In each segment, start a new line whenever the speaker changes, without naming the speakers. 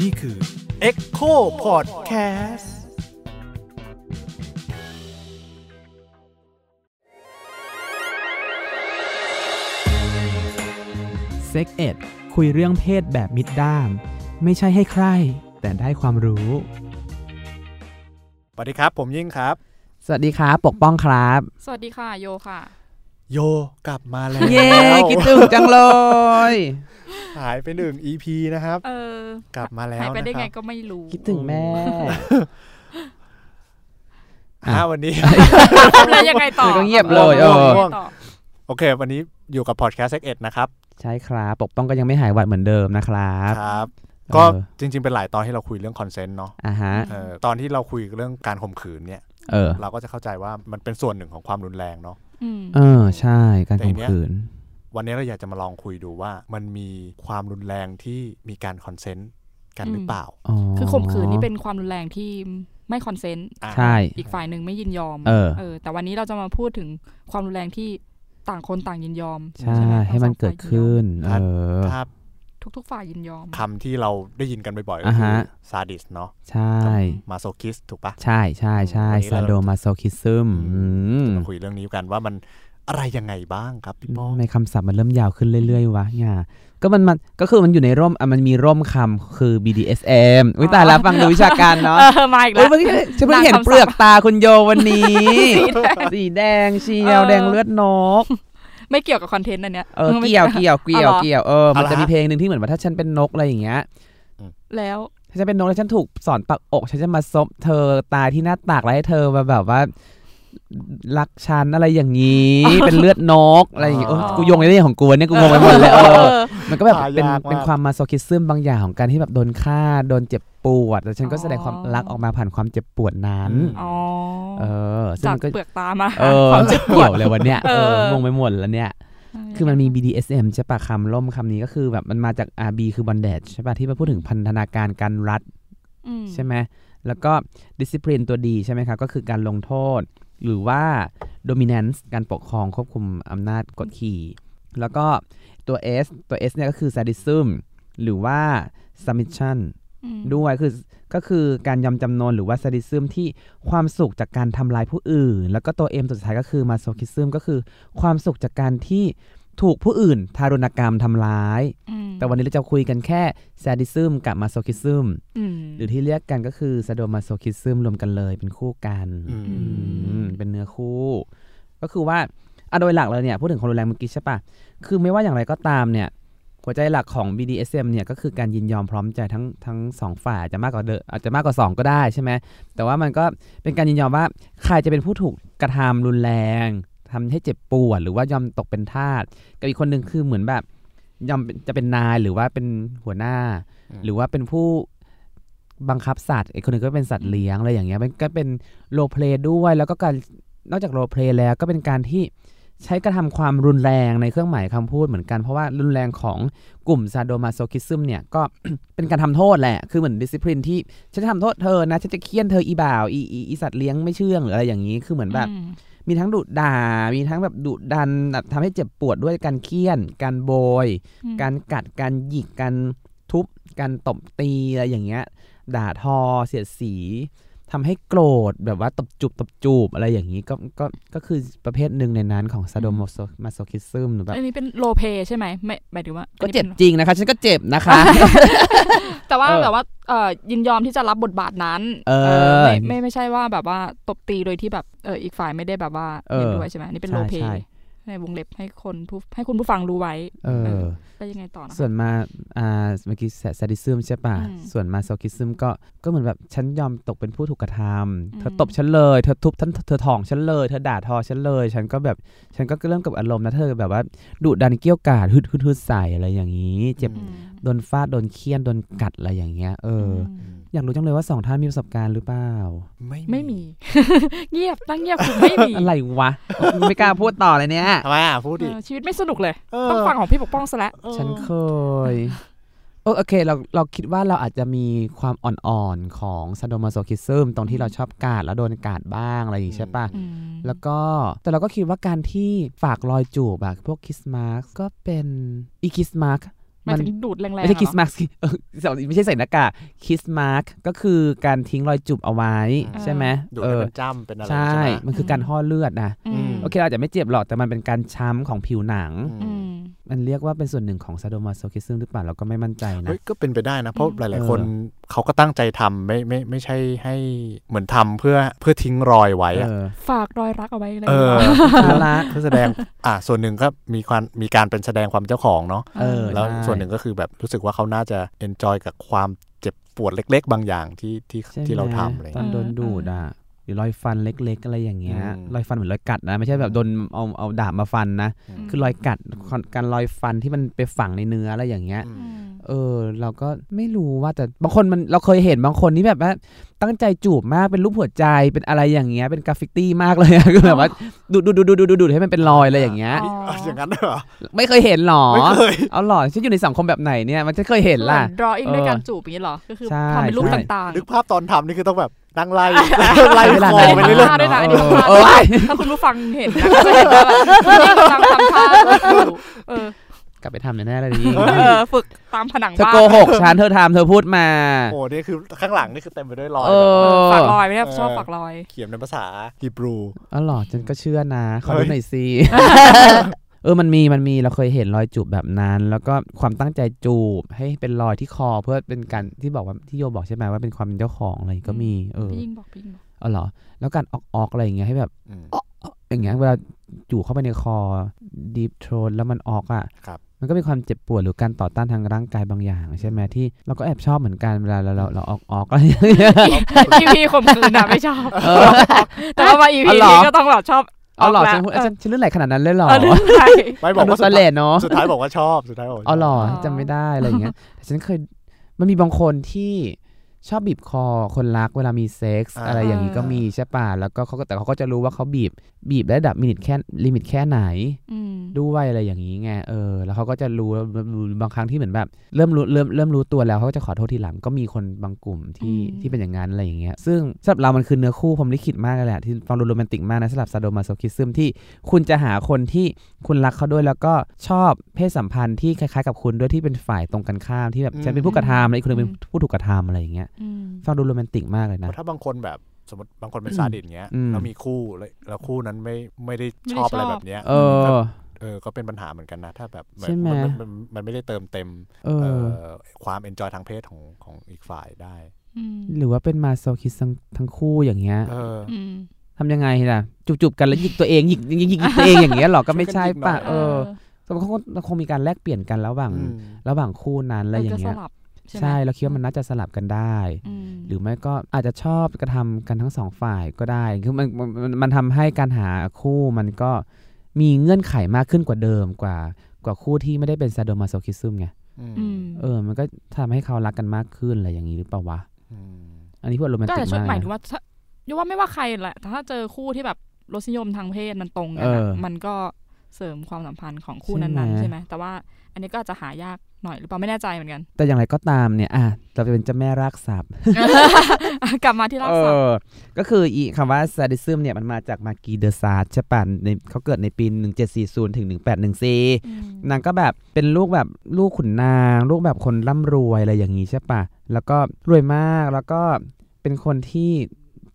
นี่คือ
Echo Podcast
เซ็กเอ็ดคุยเรื่องเพศแบบมิดด้าม ไม่ใช่ให้ใคร แต่ได้ความรู้
สวัสดีครับ ผมยิ่งครับ
สวัสดีครับ ปกป้องครับ
สวัสดีค่ะโยค่ะ
โยกลับมาแล้ว
เย้ คิดถึงจังเลย
หายไปหนึ่ง EP นะครับ
เออก
ลับมาแล้ว
หายไปได้
นะค
ไง
รับ
ก็ไม่รู้
คิดถึงแม่
อ่าวันนี้
ทำแล้วยังไงต่อ
ก็เงียบเลยเออ
าไปต่อ
โอเค วันนี้อยู่กับพอดแคสต์เอ็ดนะครับ
ใช่ครับ ปกป้องก็ยังไม่หายหวัดเหมือนเดิมนะครับ
ครับ
เออ
ก็จริง ๆ เป็นหลายตอนที่เราคุยเรื่องคอนเซนต์เนาะ
อ่าฮะ
เออตอนที่เราคุยเรื่องการข่มขืนเนี่ย
เออ
เราก็จะเข้าใจว่ามันเป็นส่วนหนึ่งของความรุนแรงเนาะ
อืม
เออ ใช่การข่มขืน
วันนี้เราอยากจะมาลองคุยดูว่ามันมีความรุนแรงที่มีการคอนเซนต์กันหรือเปล่า
คือข่มขืนนี่เป็นความรุนแรงที่ไม่คอนเซนต์
อ่ะ
ใช่
อีกฝ่ายหนึ่งไม่ยินยอม
เออ
แต่วันนี้เราจะมาพูดถึงความรุนแรงที่ต่างคนต่างยินยอม
ใช่
ไ
ให้มันเกิดขึ้น เออ
ถ้า
ทุก ๆ ฝ่ายยินยอม
คำที่เราได้ยินกันบ่อยๆก็
อ่า
คื
ฮะ
อซาดิสเนาะ
ใช่
มาโซคิสถูกปะ
ใช่ใช่ใช่
วันนี้
ซา
เรา
โดมาโซคิซึม
อื มาคุยเรื่องนี้กันว่ามันอะไรยังไงบ้างครับพี่ป้อง
ทำไมคำศัพท์มันเริ่มยาวขึ้นเรื่อย ๆ วะเนี่ยก็มันมันก็คือมันอยู่ในร่มอ่ะมันมีร่มคำคือ BDSM อุ้ย
อ๋อ
ตายแล้วฟังดูวิชาการเนาะ
เออมาอีก
อุ้
แล้
ยว เพิ่งฉันเพิ่งเห็น
นางคำศัพท์
เปลือกตาคุณโยวันนี้ สีแดงเชียวแดงเลือดนก
ไม่เกี่ยวกับคอนเทนต์อันเนี้ย
เออ
ไม่
เกี่ยวเกี่ยวเกี่ยวเกี่ยวเออมันจะมีเพลงหนึ่งที่เหมือนว่าถ้าฉันเป็นนกอะไรอย่างเงี้ย
แล้ว
ถ้าฉันเป็นนกแล้วฉันถูกสอนปักอกฉันจะมาซบเธอตายที่หน้าตากแล้วให้เธอมาแบบว่ารักฉันอะไรอย่างนี้ เป็นเลือดนกอะไรอย่างเงี้ยเออกูโยงในเรื่องของกูเนี่ยกูงงไปหมดเลยเออ มันก็แบบ
หา
เป็น
ยากมาก
เป็นความมาโซคิซึมบางอย่างของการที่แบบโดนฆ่าโดนเจ็บปวด แล้วฉันก็
อ๋อ
แสดงความรักออกมาผ่านความเจ็บปวดนั้น
อ๋อ
เออ ซึ่ง
จาก
มันก็
เปลือกตามา
เออ
ความเจ็บปว
เกี่
ด
ยวเลยวันเนี้ย
เอ
เอ
อ
องงไปหมดแล้วเนี่ย คือมันมี BDSM ใช่ปะคำล่มคำนี้ก็คือแบบมันมาจาก RB คือ bondage ใช่ปะที่มาพูดถึงพันธนาการการรัด
อืม
ใช่ไหมแล้วก็ discipline ตัวดีใช่ไหมครับก็คือการลงโทษ หรือว่า dominance การปกครองควบคุมอำนาจกดขี่ แล้วก็ตัว S ตัว S เนี่ยก็คือ sadism หรือว่า submission
อืม
ด้วยคือก็คือการยำจำนนหรือว่า sadism ที่ความสุขจากการทำลายผู้อื่น แล้วก็ตัว M ตัวสุดท้ายก็คือ masochism ก็คือความสุขจากการที่ถูกผู้อื่น ทารุณกรรมทำร้าย
อืม
แต่วันนี้เราจะคุยกันแค่ sadism กับ masochism
อืม
หรือที่เรียกกันก็คือ sadomasochism รวมกันเลยเป็นคู่กัน
อืม
อืม
อืมเป็นเนื้อคู่ ก็คือว่าอ่ะโดยหลักเลยเนี่ย พูดถึงความรุนแรงเมื่อกี้ใช่ปะคือไม่ว่าอย่างไรก็ตามเนี่ย หัวใจหลักของ BDSM เนี่ยก็คือการยินยอมพร้อมใจทั้งทั้งสองฝ่ายอาจจะมากกว่าเดมอาจจะมากกว่าสองก็ได้ใช่ไหมแต่ว่ามันก็เป็นการยินยอมว่าใครจะเป็นผู้ถูกกระทำรุนแรงทำให้เจ็บปวดหรือว่ายอมตกเป็นทาสกับอีกคนหนึ่งคือเหมือนแบบยอมเป็นจะเป็นนายหรือว่าเป็นหัวหน้า
อืม
หรือว่าเป็นผู้บังคับสัตว์ไอ้คนหนึ่งก็เป็นสัตว์เลี้ยงอะไรอย่างเงี้ยมันก็เป็น โรลเพลย์ด้วยแล้วก็การนอกจากโรลเพลย์แล้วก็เป็นการที่ใช้กระทำความรุนแรงในเครื่องหมายคำพูดเหมือนกัน เพราะว่ารุนแรงของกลุ่มซาโดมาโซคิซึมเนี่ยก็ เป็นการทำโทษแหละ คือเหมือนดิสซิ p ลินที่ ฉันจะทำโทษเธอนะ ฉันจะเคี่ยนเธออีบ่าวอีอีอีสัตว์เลี้ยงไม่เชื่องหรืออะไรอย่างนี้คือเหมือนแบบ
อืม
มีทั้งดุด่า มีทั้งแบบดุดันแบบทำให้เจ็บปวดด้วยการเคี่ยน การโบย
อืม
การกัด การหยิก การทุบ การตบตีอะไรอย่างเงี้ย ด่าทอ เสียดสี ทำให้โกรธแบบว่าตบจูบตบจูบอะไรอย่างนี้ก็ก็ก็คือประเภทหนึ่งในนั้นของซาโดโมโซมาโซคิซึมหรือแบบ
อันนี้เป็นโรลเพลย์ใช่ไหมไม่หมายถึงว่า
ก็เจ็บ
อันนี้
จริงนะคะ ฉันก็เจ็บนะคะ
เป็นแต่ว่า
เออ
แบบว่าเอ่อยินยอมที่จะรับบทบาทนั้น
เออ
ไม่ไม่ไม่ใช่ว่าแบบว่าตบตีโดยที่แบบเอออีกฝ่ายไม่ได้แบบว่า
เออ
เห็นด้วยใช่ไหมอันนี้เป็น
ใช่
โรลเพล
ใช่
ย์ในวงเล็บให้คนผู้ให้คุณผู้ฟังรู้ไว้
เออ
แล้วยังไงต่อนะคะ
ส่วนมาอ่าเมื่อกี้ซาดิซึมใช่ป่ะ
อืม
ส่วนมาโซคิซึมก็ ก็เหมือนแบบฉันยอมตกเป็นผู้ถูกกระทำ เธออ
ม
ตบฉันเลย เธอทุบฉันเธอถ่องฉันเลย เธอด่าทอฉันเลย ฉันก็แบบ ฉันก็เริ่มกับอารมณ์นะเธอแบบว่าดุดันเกรี้ยวกราดฮึดฮึดฮึดใส่อะไรอย่างนี้ เจ็บ
อืม
โดนฟาด โดนเคี่ยน โดนกัดอะไรอย่างเงี้ย เอออ
อืม
อยากรู้จังเลยว่าสองท่านมีประสบการณ์หรือเปล่า
ไม่มี เงียบตั้งเงียบคือไม่มี
อะไรวะ ไม่กล้าพูดต่อเลยเนี่ย
ทำไมอ่ะพูด
เอ
ดิ
อชีวิตไม่สนุกเลย
เ
ต้องฟังของพี่ปกป้องซะแล้ว
เออ
ฉันเคย เออโอเคเราเราคิดว่าเราอาจจะมีความอ่อนๆของซาโดมาโซคิซึมตรงที่เราชอบกาดแล้วโดนกาดบ้างอะไรอย่างงี้ใช่ปะ
อืม
แล้วก็แต่เราก็คิดว่าการที่ฝากรอยจูบอะพวกคิสมาร์กก็เป็นอีคิสมาร์ก
หมายถึงดูดแรงๆ
ไม่ใช่
อะ
คิส
เหรอ
มาร์กไม่ใช่ใส่ หน้ากากคิสมาร์กก็คือการทิ้งรอยจุบเอาไว้
อ่า
ใช่ไหม
ดูด
เออ
ให้มันจ้ำเป็นอะไร
ใช่
ใช่ไหม
มันคือการห่อเลือดนะ
อืม
ม
โอเคเราอาจจะไม่เจ็บหรอกแต่มันเป็นการช้ำของผิวหนัง
อื
อื
ม
ม
มันเรียกว่าเป็นส่วนหนึ่งของซาโดมาโซคิซึมหรือเปล่าเราก็ไม่มั่นใจนะ
เฮ้ยก็เป็นไปได้นะ เพราะ
อืม
หลาย
เออ
ๆ คนเขาก็ตั้งใจทำไม่ไม่ไม่ใช่ให้เหมือนทำเพื่อเพื่อทิ้งรอยไว้
เอ
อะ
อ
ฝากรอยรักเอาไว้เลย
เออ
น่ารัก
เพื่อแสดงอ่ะส่วนหนึ่งก็มีความมีการเป็นแสดงความเจ้าของเนาะ
เออ
แล้ว
ใช่
ส่วนหนึ่งก็คือแบบรู้สึกว่าเขาน่าจะเอนจอยกับความเจ็บปวดเล็ก ๆ บางอย่างที่ที่
ใช่ไหม
ที่เราทำอะไรอย่าง
ต
เล
อย นโดนดูดอ่ะหรือรอยฟันเล็ก ๆ อะไรอย่างเงี้ย
อืม
รอยฟันเหมือนรอยกัดนะไม่ใช่แบบโดนเอาเอาดาบมาฟันนะ
อืม
คือรอยกัดการรอยฟันที่มันไปฝังในเนื้ออะไรอย่างเงี้ย
อืม
เออ เราก็ไม่รู้ว่าแต่บางคนมันเราเคยเห็นบางคนนี่แบบว่าตั้งใจจูบมากเป็นรูปหัวใจเป็นอะไรอย่างเงี้ยเป็นกราฟฟิตี้มากเลยอะ คือแบบว่าดูดดูดดูดดูดดูดให้มันเป็นรอยอะไรอย่างเงี้ย
นี่เอาอย่างนั้นด้วยเหรอ
ไม่เคยเห็นหรอ
ไม่เคย
เอาหรอฉันอยู่ในสังคมแบบไหนเนี่ยมันจะเคยเห็นล่ะ
ดรออิงด้วย
เออ
การจูบอย่างนี้เหรอ ก็คือ
ใช่
ทำเป็นรูป
ใช่
ต่างๆ
นึกภาพตอนทำนี่คือต้องแบบนั่งไล่ ไล่คอ
ม่
ไป
ด้
เรื่
ลย
อย
อันนี้พลาดด้วยนะอันนี้พลาด
เออ
ถ้าคุณผู้ฟังเห็นนะก็จะเห็นว่าแบบนี่กำลังทำท่าอยู่เออก
ลับไปทำแน่ๆเลยนี่
เออฝึกตามผนัง
เธอ
บ้าน
โกหกฉันเธอทำเธอพูดมา
ๆโอ้นี่คือข้างหลังนี่คือเต็มไปด้วยรอย
เอ
แบบ
เออ
อ
ฝากรอยไหมเนี่ย
เออ
ชอบฝากรอย
เขียนเป็นภาษาฮีบรู
เอาหรอฉันก็เชื่อนะขอ
เฮ้
ดู
ย
หน่อยสิ เออมันมีมันมีเราเคยเห็นรอยจูบแบบนั้น แล้วก็ความตั้งใจจูบให้เป็นรอยที่คอเพื่อเป็นการที่บอกว่าที่โยบอกใช่ไหมว่าเป็นความเป็นเจ้าของอะไรก็มีเออ
พี่ยิงบอกพี่ยิงบอก
เอาเหรอแล้วการออกออกอะไรอย่างเงี้ยให้แบบ
อืม
อย่างเงี้ยเวลาจู่เข้าไปในคอดีฟโทรนแล้วมันออกอ่ะ
ครับ
มันก็เป็นความเจ็บปวดหรือการต่อต้านทางร่างกายบางอย่างใช่ไหมที่เราก็แอบชอบเหมือนกันเวลาเราเราเราออกออกอะไรอย่างเงี้ย
อีพีข่มขืนอะไม่ชอบ
เออ
แต่ว่ามาอีพี
เอาเหรอ
นี้ก็ต้องแบบชอบ
เอาเหรอ
ละ
ฉันพูดเอ้ยฉันฉันเลื่อนไหลขนาดนั้นเลยเหรอ
เออเรื่องอะไร
ไม่บอกว่า
ต
สุ
อ
ด
นเล
ท้าย
นเนาะ
สุดท้ายบอกว่าชอบสุดท้ายบอกว่าช
อ๋
อ
อบ เหรอ
อ๋อ
จำไม่ได้อะไรอย่างเงี้ย แต่ฉันเคยมันมีบางคนที่ชอบบีบคอคนรักเวลามีเซ็กส์
อ่า
อะไรอย่างนี้ก็มีใช่ป่ะแล้วก็เขาก็แต่เขาก็จะรู้ว่าเขาบีบบีบได้ระดับมินิทแค่ลิมิตแค่ไหน
อืม
ด้วยอะไรอย่างนี้ไงเออ แล้วเขาก็จะรู้บางครั้งที่เหมือนแบบ เริ่มรู้เริ่มเริ่มรู้ตัวแล้วเขาก็จะขอโทษทีหลังก็มีคนบางกลุ่มที่
อืม
ที่เป็นอย่างนั้นอะไรอย่างเงี้ยซึ่งสำหรับเรามันคือเนื้อคู่ผมลิขิตมากเลยแหละที่ฟังดูโรแมนติกมากนะสำหรับซาโดมาโซคิซึมที่ คุณจะหาคนที่คุณรักเขาด้วยแล้วก็ชอบเพศสัมพันธ์ที่คล้ายๆกับคุณด้วยที่เป็นฝ่ายตรงกันข้ามที่แบบ
อืม
ฉันเป็นผู้กระทำและอีกคนหนึงเป็นผู้ถูกกระทำอะไรอย่างเงี้ย
อืม
ฟังดูโรแมนติกมากเลย
เพ
นะ
ราะถ้าบางคนแบบสมมติบางคนเป็น
อืม
ซาดิสเงี้ย
อืม
แล้วมีคู่แล้วแล้วคู่นั้นไม่ไม่ได้
ไม่ได้
ชอบอะไร
ชอบ
แบบเนี้ย
เออ
ก็เออก็เป็นปัญหาเหมือนกันนะ ถ้าแบบ
ใช่ไหม
นนนมันไม่ได้เติมเต็ม
เอ
เอ
อ
อความเอนจอยทางเพศของของอีกฝ่ายได้
อืม
หรือว่าเป็นมาโซคิสทั้งคู่อย่างเงี้ย
เออ
อืม
ทำยังไงล่ะจูบๆกันแล้วหยิกตัวเองหยิกหยิกหยิกหยิกตัวเองอย่างเงี้ยหรอก็ไม่ใช่ป่ะ
ช่วยกันหยิกหน่อย
เออแต่มันคงมันคงมีการแลกเปลี่ยนกันระหว่าง
อืม
ระหว่างคู่นั้นอะไรอย่างเงี้ย
มันก็สลับใช่ไหม
ใช่เราคิดว่ามันน่าจะสลับกันได้
อืม
หรือไม่ก็อาจจะชอบกระทำกันทั้งสองฝ่ายก็ได้ คือมันมันมันมันทำให้การหาคู่มันก็มีเงื่อนไขมากขึ้นกว่าเดิมกว่ากว่าคู่ที่ไม่ได้เป็นซาโดมาโซคิซึมไง
อื
อื
ม
ม
เออ มันก็ทำให้เขารักกันมากขึ้นอะไรอย่างนี้หรือเปล่าวะ
อืม
อันนี้พูดโรแมน
ก็
ติ
แต่
ก
ช่ว
มาย ก
หมายถึง
นะ
ว่าถ้าอย่าว่าไม่ว่าใครแหละแต่ถ้าเจอคู่ที่แบบรสนิยมทางเพศมันตรงกั
เอ
อะ
อ
มันก็เสริมความสัมพันธ์ของคู่
ใช่ไหม
นั้นๆใช่ไหมแต่ว่าอันนี้ก็อาจจะหายากหน่อยหรือเปล่าไม่แน่ใจเหมื อนกัน
แต่อย่างไรก็ตามเนี่ย อ่ะ เราจะเป็นเจ้าแม่รากศัพท์
อ่ะกลับมาที่ราก
เอ
ศัพท์
อ ก็คืออีคำว่าซาดิซึมเนี่ยมันมาจากมากีเดอซาร์ดใช่ป่ะในเขาเกิดในปี 1740 ถึง 1814 นางก็แบบเป็นลูกแบบลูกขุนนาง ลูกแบบคนร่ำรวยอะไรอย่างนี้ใช่ปะแล้วก็รวยมากแล้วก็เป็นคนที่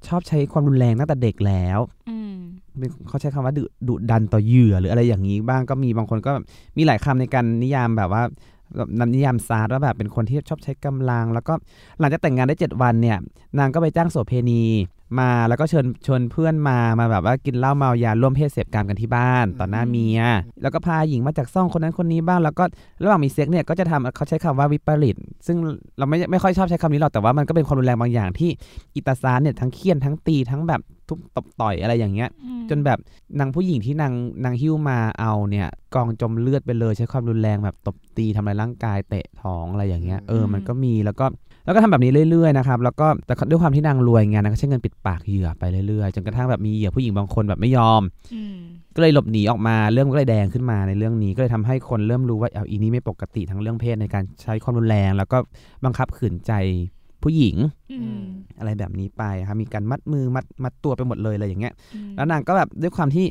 ชอบใช้ความรุนแรงตั้งแต่เด็กแล้ว
อืม
เป็นเขาใช้คำว่าดุดุดันต่อเหยื่อหรืออะไรอย่างนี้บ้างก็มีบางคนก็แบบมีหลายคำในการนิยามแบบว่าแบบนำนิยามซาร์ดว่าแบบเป็นคนที่ชอบใช้กำลัง แล้วก็หลังจากแต่งงานได้ 7 วันเนี่ย นางก็ไปจ้างโสเภณีมาแล้วก็เชิญชวนเพื่อนมามาแบบว่ากินเหล้าเมายาร่วมเพศเสพกามกันที่บ้านต่อหน้าเมีย แล้วก็พาหญิงมาจากซ่องคนนั้นคนนี้บ้างแล้วก็ระหว่างมีเซ็กเนี่ยก็จะทำเขาใช้คำว่าวิปริต ซึ่งเราไม่ไม่ค่อยชอบใช้คำนี้หรอกแต่ว่ามันก็เป็นความรุนแรงบางอย่างที่อิตาซานเนี่ยทั้งเคี่ยนทั้งตีทั้งแบบทุบตบต่อยอะไรอย่างเงี้ย
อืม
จนแบบนางผู้หญิงที่นางนางหิ้วมาเอาเนี่ยกองจมเลือดไปเลยใช้ความรุนแรงแบบตบตีทำลายร่างกายเตะท้องอะไรอย่างเงี้ยเออมันก็มีแล้วก็แล้วก็ทำแบบนี้เรื่อยๆนะครับแล้วก็แต่ด้วยความที่นางรวยไงนางก็ใช้เงินปิดปากเหยื่อไปเรื่อยๆจนกระทั่งแบบมีเหยื่อผู้หญิงบางคนแบบไม่ยอม
อืม
ก็เลยหลบหนีออกมาเรื่องก็เลยแดงขึ้นมาในเรื่องนี้ก็เลยทำให้คนเริ่มรู้ว่าเอาอีนี่ไม่ปกติทั้งเรื่องเพศในการใช้ความรุนแรง แล้วก็บังคับขืนใจผู้หญิง
อืม
อะไรแบบนี้ไปครับมีการมัดมือมัดมัดตัวไปหมดเลยอะไรอย่างเงี้ย
อืม
แล้วนางก็แบบด้วยความที่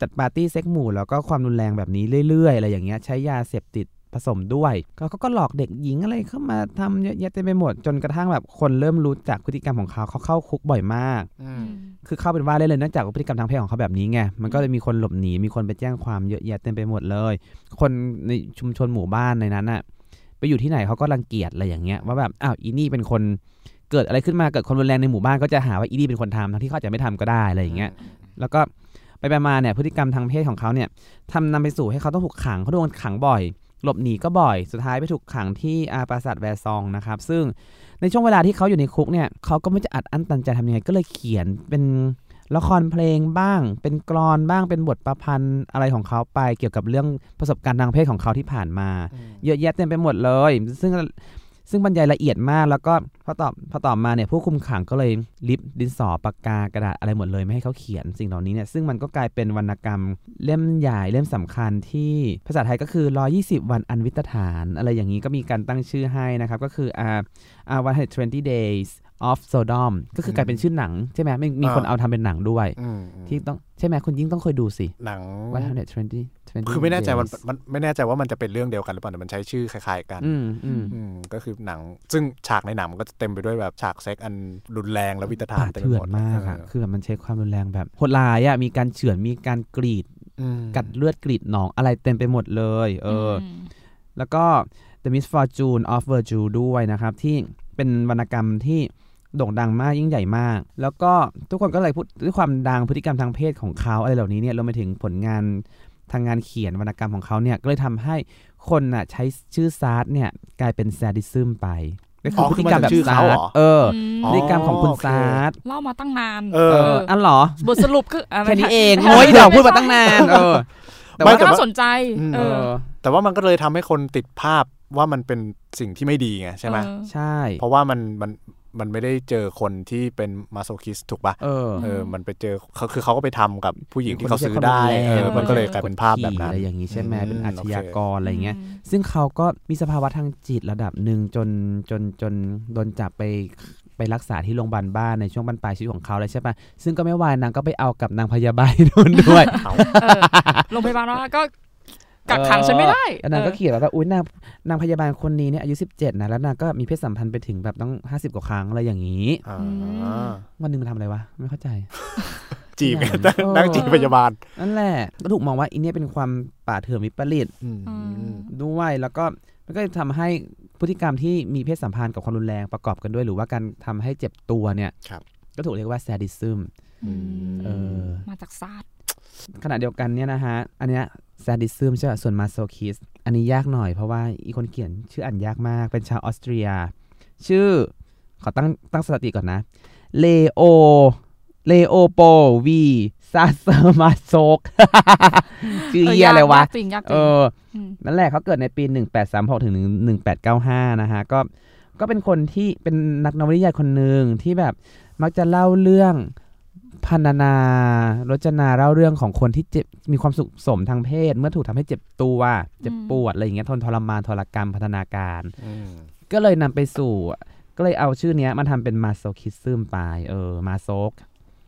จัดปาร์ตี้เซ็กหมู่แล้วก็ความรุนแรงแบบนี้เรื่อยๆอะไรอย่างเงี้ยใช้ยาเสพติด ผสมด้วยแล้วเขาก็หลอกเด็กหญิงอะไรเข้ามาทำเยอะแยะเต็มไปหมด จนกระทั่งแบบคนเริ่มรู้จักพฤติกรรมของเขาเขาเข้าคุกบ่อยมาก
อื
อื
ม
ม
คือเข้าเป็นว่าเล่นเลยเนื่องจากว่าพฤติกรรมทางเพศของเขาแบบนี้ไง มันก็เลยมีคนหลบหนี มีคนไปแจ้งความเยอะแยะเต็มไปหมดเลย คนในชุมชนหมู่บ้านในนั้นอะไปอยู่ที่ไหนเขาก็รังเกียจอะไรอย่างเงี้ยว่าแบบอ้าวอีนี่เป็นคนเกิดอะไรขึ้นมาเกิดคนรุนแรงในหมู่บ้านก็จะหาว่าอีนี่เป็นคนทำทั้งที่เขาอาจจะไม่ทำก็ได้อะไรอย่างเงี้ย แล้วก็ไปไปมาเนี่ยพฤติกรรมทางเพศของเขาเนี่ยทำนำไปสู่ให้เขาต้องถูกขังเขาโดนขังบ่อย หลบหนีก็บ่อย สุดท้ายไปถูกขังที่อาปราสาทแวร์ซองนะครับ ซึ่งในช่วงเวลาที่เขาอยู่ในคุกเนี่ยเขาก็ไม่รู้จะอัดอั้นตันใจทำยังไงก็เลยเขียนเป็นละครเพลงบ้าง เป็นกรอนบ้างเป็นบทประพันธ์อะไรของเขาไปเกี่ยวกับเรื่องประสบการณ์ทางเพศของเขาที่ผ่านมา เยอะแยะเต็มไปหมดเลย ซึ่งซึ่งบรรยายละเอียดมาก แล้วก็พอตอบพอตอบมาเนี่ยผู้คุมขังก็เลยลิบดินสอปากกากระดาษอะไรหมดเลยไม่ให้เขาเขียนสิ่งเหล่านี้เนี่ยซึ่งมันก็กลายเป็นวรรณกรรมเล่มใหญ่เล่มสำคัญที่ภาษาไทยก็คือ 120 วันอันวิตฐาน อะไรอย่างนี้ก็มีการตั้งชื่อให้นะครับ ก็คืออ่าอ่าวัน20 days of Sodom ก็คือกลายเป็นชื่อหนังใช่ไหมมีมีคน
อ่า
เอาทำเป็นหนังด้วย
อืมอืม
ที่ต้องใช่ไหมคุณยิ่งต้องเคยดูสิ
หนัง
วัน120 20
คือไม่แน่ใจมันมันไม่แน่ใจว่ามันจะเป็นเรื่องเดียวกันหรือเปล่าแต่มันใช้ชื่อคล้ายๆกัน
อืมอืม
อืมก็คือหนัง ซึ่งฉากในหนังมันก็จะเต็มไปด้วยแบบฉากเซ็กอันรุนแรงและวิตฐาน
ป่า
เต็มไป
เถื่อ
หม
น
ด
มากอะ
เออ
คือแบบมันใช้ความรุนแรงแบบโหดร้ายอะมีการเฉือน มีการกรีด
อืม
กัดเลือดกรีดหนองอะไรเต็มไปหมดเลย เอออ
ม
แล้วก็ The Misfortune of Virtue ด้วยนะครับ ที่เป็นวรรณกรรมที่โด่งดังมากยิ่งใหญ่มาก แล้วก็ทุกคนก็เลยพูดด้วยความดังพฤติกรรมทางเพศของเขาอะไรเหล่านี้เนี่ยรวมไปถึงผลงานทางงานเขียนวรรณกรรมของเขาเนี่ยก็เลยทำให้คนน่ะใช้ชื่อซาร์ตเนี่ยกลายเป็นแซดิซึมไปก็คือ
อ
พฤติกรรมแบบ
คือมันเป็นชื่อ
ซา
เขา
ร์
เหร
ต
อ
เออ
ม
อพฤติกรรมของคุณ
โอเค
ซาร์ต
เล่ามาตั้งนาน
เออ
เอออันเหรอ
บทสรุปคืออะไร
แค่นี้
ะ
เอง
ไม่
โอ้ย
ไม่
เดี๋ยว
ไม่
พูดมาตั้งนานเออแต่
มั
ว่าน
ก็น่าสนใจ
อืม
เอ
เออ
อ
แต่ว่ามันก็เลยทำให้คนติดภาพว่ามันเป็นสิ่งที่ไม่ดีไงใช่ไหม
เออ
ใช่
เพราะว่ามันมันมันไม่ได้เจอคนที่เป็นมาโซคิสถูกปะ
เออ
เออมันไปเจอเขาคือเขาก็ไปทำกับผู้หญิงที่เขาซื้อได้
คนที่
เอ
ใช้ค
อ
วามรุแรง
มันก็เลยกลายเป็นภาพแบบนั้น
อะไรอย่างนี้ใช่ไหม
อืม
เป็นอาชญากรอะไรอย่างเงี้ย ซึ่งเขาก็มีสภาวะทางจิตระดับหนึ่งจนจนจนโดนจับไปไปรักษาที่โรงพยาบาลบ้านในช่วงบรรปลายชีวิตของเขาเลยใช่ปะซึ่งก็ไม่วายนางก็ไปเอากับนางพยาบาล นู่นด้วย
เอา
เออโรงพยาบาลว่าก็กักขังฉันไม่ได้
แล้วนางก็
เออ
เขียนแบบว่าอุ้ยนางนางพยาบาลคนนี้เนี่ยอายุ 17นะแล้วนางก็มีเพศสัมพันธ์ไปถึงแบบต้อง 50 กว่าครั้งอะไรอย่างนี้
อ่า
วันหนึงมันทำอะไรวะไม่เข้าใจ
จีบไง
เออ
นั่งจีบพยาบาล
นั่นแหละก็ถูกมองว่าอินเนี่ยเป็นความป่าเถื่อนวิปริต
อืม
ด้วยแล้วก็มันก็ทำให้พฤติกรรมที่มีเพศสัมพันธ์กับความรุนแรงประกอบกันด้วย หรือว่าการทำให้เจ็บตัวเนี่ย
ครับ
ก็ถูกเรียกว่า sadism
อืม
เออ
มาจากซาด
ขณะเดียวกันเนี่ยนะฮะ อันเนี้ย sadism ใช่ป่ะส่วน masochist อันนี้ยากหน่อยเพราะว่าอีคนเขียนชื่ออ่านยากมากเป็นชาวออสเตรีย ชื่อ ขอตั้งตั้งสติก่อนนะเลโอเลโอโปวีซาเซอร์มาโซก ชื่อเยี่ยอะไรวะ
จริงยากจ
เอ
ริง
อ
ม
นั่นแหละเขาเกิดในปี 1836 ถึง 1895 นะฮะ ก็ ก็เป็นคนที่เป็นนักนวนิยายคนหนึ่งที่แบบมักจะเล่าเรื่องพรรณนารจนาเล่าเรื่องของคนที่เจ็บมีความสุขสมทางเพศ เมื่อถูกทำให้เจ็บตัวเจ็บปวดอะไรอย่างเงี้ยทนทรมานทรกรรมพัฒนาการ
อืม
ก็เลยนำไปสู่ ก็เลยเอาชื่อเนี้ยมาทำเป็นมาโซคิซึมไปเออมาโซก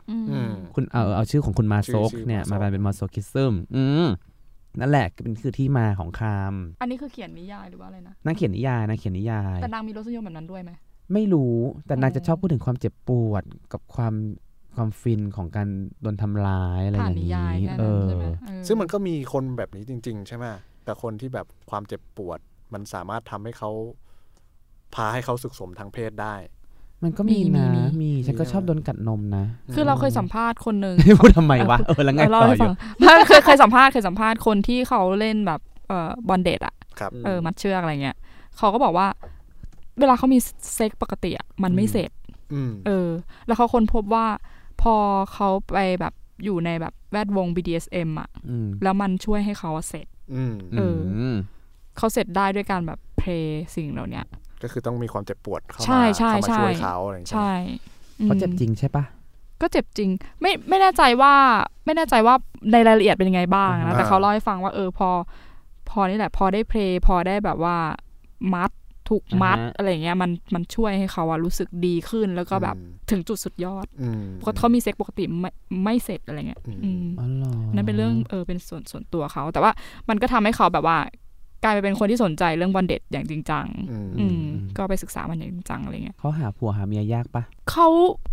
อืม
อืม
คุณเอาเอาชื่อของคุณมาโซก
ชื่อชื่อ
เนี่ยมา
Masok
เป็นมาโซคิซึมอืมนั่นแหละก็เป็นคือที่มาของคำ
อันนี้คือเขียนนิยายหรือว่าอะไรนะ
นางเขียนนิยายนางเขียนนิยาย
แต่นางมีรสนิยมแบบนั้นด้วยไหม
ไม่รู้แต่นาง
อ๋อ
จะชอบพูดถึงความเจ็บปวดกับความความฟินของการโดนทำร้ายอะไรอ
ผ่าน
ย่าง
นิยาย
นี้
แค่
เอ
นั้
อ
นใช่ไหมเออ
ซึ่งมันก็มีคนแบบนี้จริง ๆ ใช่ไหมแต่คนที่แบบความเจ็บปวด มันสามารถทำให้เขาพาให้เขาสุขสมทางเพศได้
มันก็มีนะมีฉันก็ชอบโดนกัดนมนะ
คือเราเคยสัมภาษณ์คนหนึ่ง
พูดทำไมวะเออแล้วไง
เออ
ต่
เล่า
อ
ให้
อ
ฟั
ยู่
งไม่เคยเคยสัมภาษณ์เคยสัมภาษณ์คนที่เขาเล่นแบบเอ่อบอลเดตอะ
ครับ
เออมัดเชือกอะไรเงี้ยเขาก็บอกว่า เวลาเขามีเซ็กปกติอะมันไม่เสพ
อืม
เออ แล้วเขาค้นพบว่า พอเขาไปแบบอยู่ในแบบแวดวง BDSM อะ
อืม
แล้วมันช่วยให้เขาเสร็จ
อืม
เอออื
ม
เขาเสร็จได้ด้วยการแบบเพลสิ่งเหล่าเนี้ย
ก็คือต้องมีความเจ็บปวดเข้ามา
ใช่ใช่
เข้ามาช่วย
ใช่
เขาอะไรอย่างเงี้ย
ใช่อืม
เขาเจ็บจริงใช่ปะ
ก็เจ็บจริง ไม่ไม่แน่ใจว่า ไม่แน่ใจว่าในรายละเอียดเป็นยังไงบ้าง
อ่า
นะ
ฮะ
แต่เขาเล่าให้ฟังว่าเออพอ พอนี่แหละ พอได้เพลพอได้แบบว่ามัดถูกมัด
อ่าฮะ
อะไรอย่างเงี้ยมันมันช่วยให้เขาอะรู้สึกดีขึ้น แล้วก็แบบถึงจุดสุดยอด
อืม
เพราะเขามีเซ็กปกติไม่ไม่เสร็จอะไรเงี้ย
อืม
อืม
อ๋อเหรอ
นั่นเป็นเรื่องเออเป็นส่วนส่วนตัวเขา แต่ว่ามันก็ทำให้เขาแบบว่า กลายไปเป็นคนที่สนใจเรื่องบอนเด็ดอย่างจริงจัง
อืม
อืมก็ไปศึกษามันอย่างจริงจังอะไรเงี้ย
เขาหาผัวหาเมียยากปะ
เขา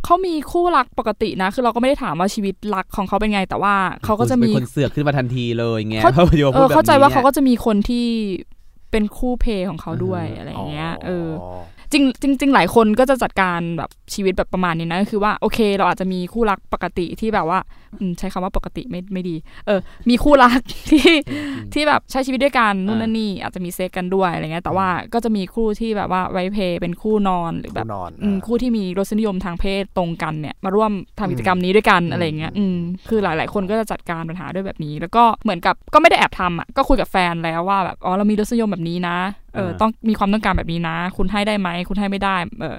เขามีคู่รักปกตินะ คือเราก็ไม่ได้ถามว่าชีวิตรักของเขาเป็นไง แต่ว่าเขาก็จะมี
เป็นคนเสือกขึ้นมาทันทีเลยไง
เขา
พระโยค
เอ
พูด
อ
แบบนี้
เข้าใจว่าเขา
นี่ย
ก็จะมีคนที่เป็นคู่เพลของเขาด้วย
อ่า
อะไรอย่างเงี้ยเออ
อ
จริงจริงจริงหลายคนก็จะจัดการแบบชีวิตแบบประมาณนี้นะก็คือว่าโอเค เราอาจจะมีคู่รักปกติที่แบบว่าอืมใช้คำว่าปกติไม่ไม่ดี เออ มีคู่รัก ที่ที่แบบใช้ชีวิตด้วยกันนู่น
อ่า
นั่นนี่อาจจะมีเซ็กกันด้วยอะไรเงี้ยแต่ว่าก็จะมีคู่ที่แบบว่าไว้เพเป็นคู่นอนหรือแบบ
คู่นอน
อืม
อ่า
คู่ที่มีรสนิยมทางเพศตรงกันเนี่ย มาร่วมทำกิจกรรมนี้ด้วยกันอะไรเงี้ยอืมคือหลาย ๆ คนก็จะจัดการปัญหาด้วยแบบนี้ แล้วก็เหมือนกับก็ไม่ได้แอบทำอ่ะก็คุยกับแฟนแล้วว่าแบบอ๋อเรามีรสนิยมแบบนี้นะเออ
อ่า
ต้องมีความต้องการแบบนี้นะ คุณให้ได้ไหมคุณให้ไม่ได้ เออ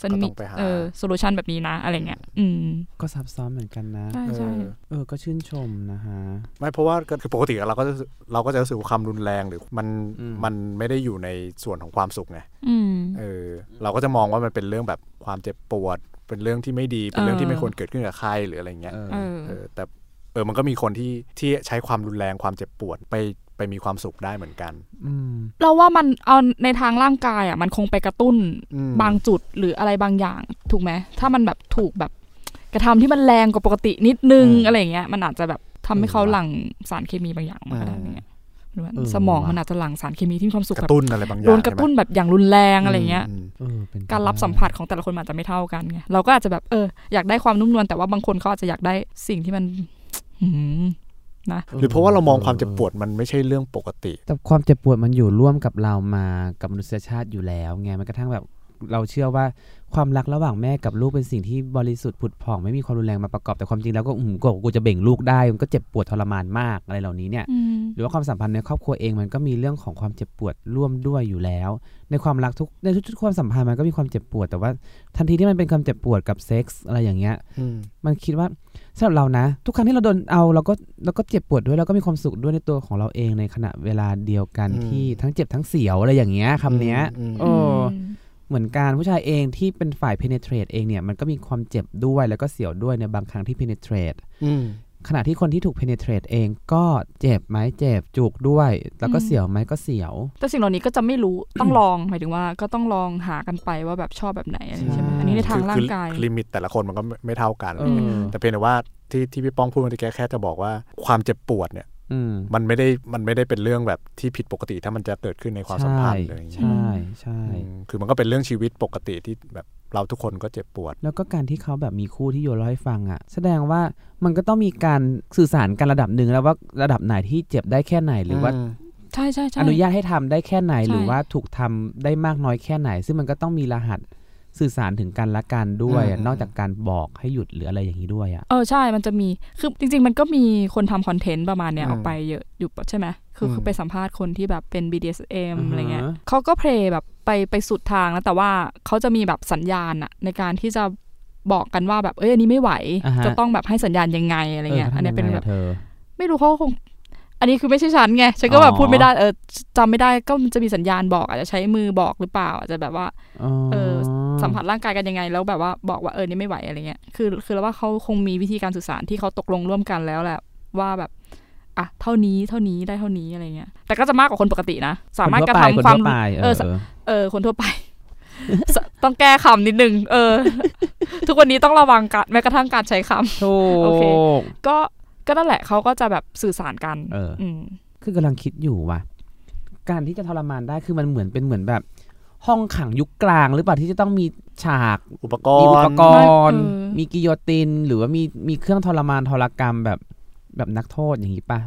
ส
ก็
นิ
ต้
ท
องไปหา
เออโซลูชันแบบนี้นะอะไรเงี้ยอืม
ก็ซับซ้อนเหมือนกันนะ
ใช่
เอ
ใช่
อ
เออ ก็ชื่นชมนะฮะ
ไม่เพราะว่าก็คือปกติเราก็จะเราก็จะรู้สึกว่าความรุนแรงหรือมัน
อืม
มันไม่ได้อยู่ในส่วนของความสุขไง
อืม
เออ เราก็จะมองว่ามันเป็นเรื่องแบบความเจ็บปวด เป็นเรื่องที่ไม่ดีเป็นเรื่องที่ไม่ควรเกิดขึ้นกับใครหรืออะไรเงี้ย
เออ
เออ
เออแต่เออมันก็มีคนที่ที่ใช้ความรุนแรงความเจ็บปวดไปไปมีความสุขได้เหมือนกัน
อืม
เราว่ามันเอาในทางร่างกายอ่ะมันคงไปกระตุ้น
อืม
บางจุดหรืออะไรบางอย่าง ถูกไหมถ้ามันแบบถูกแบบกระทำที่มันแรงกว่าปกตินิดนึง
อืม
อะไรอย่างเงี้ยมันอาจจะแบบทำให้เขา
เออว่ะ
หลั่งสารเคมีบางอย่างออกมาอะไรเงี้ยหรือว่า
เออ
สมอง
ว่ะ
มันอาจจะหลั่งสารเคมีที่มีความสุข
ก
แบบ
ระตุ้นอะไรบางอย่าง
โดนกระตุ้นแบบอย่างรุนแรงอะไรเงี้ย
อืม
เออเป็นไป
การรับสัมผัสของแต่ละคนมันอาจจะไม่เท่ากันไงเราก็อาจจะแบบเอออยากได้ความนุ่มนวลแต่ว่าบางคนเขาอาจจะอยากได้สิ่งที่มันหืม
ไห
รือเพราะว่าเรามองความเจ็บปวดมันไม่ใช่เรื่องปกติ
แต่ความเจ็บปวดมันอยู่ร่วมกับเรามากับมนุษยชาติอยู่แล้วไงมันกระทั่งแบบเราเชื่อว่าความรักระหว่างแม่กับลูกเป็นสิ่งที่บริสุทธิ์ผุดผ่องไม่มีความรุนแรงมาประกอบแต่ความจริงแล้วก็อืมกว่ากูจะเบ่งลูกได้มันก็เจ็บปวดทรมานมากอะไรเหล่านี้เนี่ย หรือว่าความสัมพันธ์ในครอบครัวเองมันก็มีเรื่องของความเจ็บปวดร่วมด้วยอยู่แล้ว ในความรักทุกในทุกๆความสัมพันธ์มันก็มีความเจ็บปวด แต่ว่าทันทีที่มันเป็นความเจ็บปวดกับเซ็กส์อะไรอย่างเงี้ย
อืม
มันคิดว่าสำหรับเรานะ ทุกครั้งที่เราโดนเอาเราก็เราก็เจ็บปวดด้วยเราก็มีความสุขด้วยในตัวของเราเองในขณะเวลาเดียวกัน
อืม
ที่ทั้งเจ็บทั้งเสียวอะไรอย่างเงี้ยคำเนี้ย
อืม
เออ เหมือนการผู้ชายเองที่เป็นฝ่าย penetrate เองเนี่ยมันก็มีความเจ็บด้วยแล้วก็เสียวด้วยในบางครั้งที่ penetrate
อืม
ขณะที่คนที่ถูก penetrate เองก็เจ็บไหมเจ็บจุกด้วย แล้วก็
อืม
เสียวไหมก็เสียว
แต่สิ่งเหล่านี้ก็จะไม่รู้ ต้องลองหมายถึงว่าก็ต้องลองหากันไปว่าแบบชอบแบบไหนอะไรอย่างเงี้ยใช่ไหม
ใช่
อันนี้ในทางร่างกาย
คือลิมิตแต่ละคนมันก็ไม่ไม่เท่ากัน
เออ
แต่เพียงแต่ว่าที่ที่พี่ป้องพูดเมื่อกี้แค่จะบอกว่าความเจ็บปวดเนี่ย
อืม
มันไม่ได้มันไม่ได้เป็นเรื่องแบบที่ผิดปกติถ้ามันจะเกิดขึ้นในความสัมพันธ์อะไรอย่างเงี้ย
ใช่ใช่
อืมคือมันก็เป็นเรื่องชีวิตปกติที่แบบเราทุกคนก็เจ็บปวด
แล้วก็การที่เขาแบบมีคู่ที่โยนเล่าให้ฟังอะ่ะ แสดงว่ามันก็ต้องมีการสื่อสารกันระดับหนึ่งแล้วว่าระดับไหนที่เจ็บได้แค่ไหน หรือว่า
ใช่ใช่ใช่
อนุญาตให้ทำได้แค่ไหน
ใช่
หรือว่าถูกทำได้มากน้อยแค่ไหน ซึ่งมันก็ต้องมีรหัสสื่อสารถึงกันและกันด้วยอะ
อืม
นอกจากการบอกให้หยุดหรืออะไรอย่างนี้ด้วยอะ่ะ
เออใช่มันจะมีคือจริง ๆ มันก็มีคนทำคอนเทนต์ประมาณเนี้ย
อืม
ออกไปเยอะอยู่ใช่ไหมคือคือ
ม
ไปสัมภาษณ์คนที่แบบเป็น BDSM
อ่าฮะ
อะไรเงี้ยเขาก็เพลย์แบบไปไปสุดทางนะแต่ว่าเขาจะมีแบบสัญญาณอะในการที่จะบอกกันว่าแบบเอ้ยอันนี้ไม่ไหว
อ่าฮะ
จะต้องแบบให้สัญญาณยังไงอะไรเงี้ย
ขา
อันเนี้ย
ทำ
เป็น
ไง
แบ
อะ
บ
เธอ
ไม่รู้เขาคง อันนี้คือไม่ใช่ฉันไง ฉันก็
อ๋อ
แบบพูดไม่ได้ เออจำไม่ได้ก็มันจะมีสัญญาณบอกอาจจะใช้มือบอกหรือเปล่า อาจจะแบบว่า เออ สัมผัสร่างกายกันยังไง แล้วแบบว่าบอกว่าเออนี่ไม่ไหวอะไรเงี้ย คือ คือแล้วว่าเขาคงมีวิธีการสื่อสารที่เขาตกลงร่วมกันแล้วแหละว่าแบบ อ่ะเท่านี้เท่านี้ได้เท่านี้อะไรเงี้ย แต่ก็จะมากกว่าคนปกตินะ สามารถกระทำความ
นทั่วไป
เอ
เอ
อ
อ
ส เออคนทั่วไป สต้องแก้คำนิดนึง เออ ทุกวันนี้ต้องระวังกันแม้กระทั่งการใช้คำ
ถู
โอเค
ก
ก็ ก็นั่นแหละเขาก็จะแบบสื่อสารกัน
เออ
ม
คือกำลังคิดอยู่ว่ะ การที่จะทรมานได้คือมันเหมือนเป็นเหมือนแบบ ห้องขังยุคกลาง หรือเปล่าที่จะต้องมีฉาก
อุปก
มีอุ
ร
ป
ณ์
กรณ์
เออ
มีกิโยติน หรือว่ามีมีเครื่องทรมานทรกรรมแบบแบบนักโทษอย่างนี้ป่ะ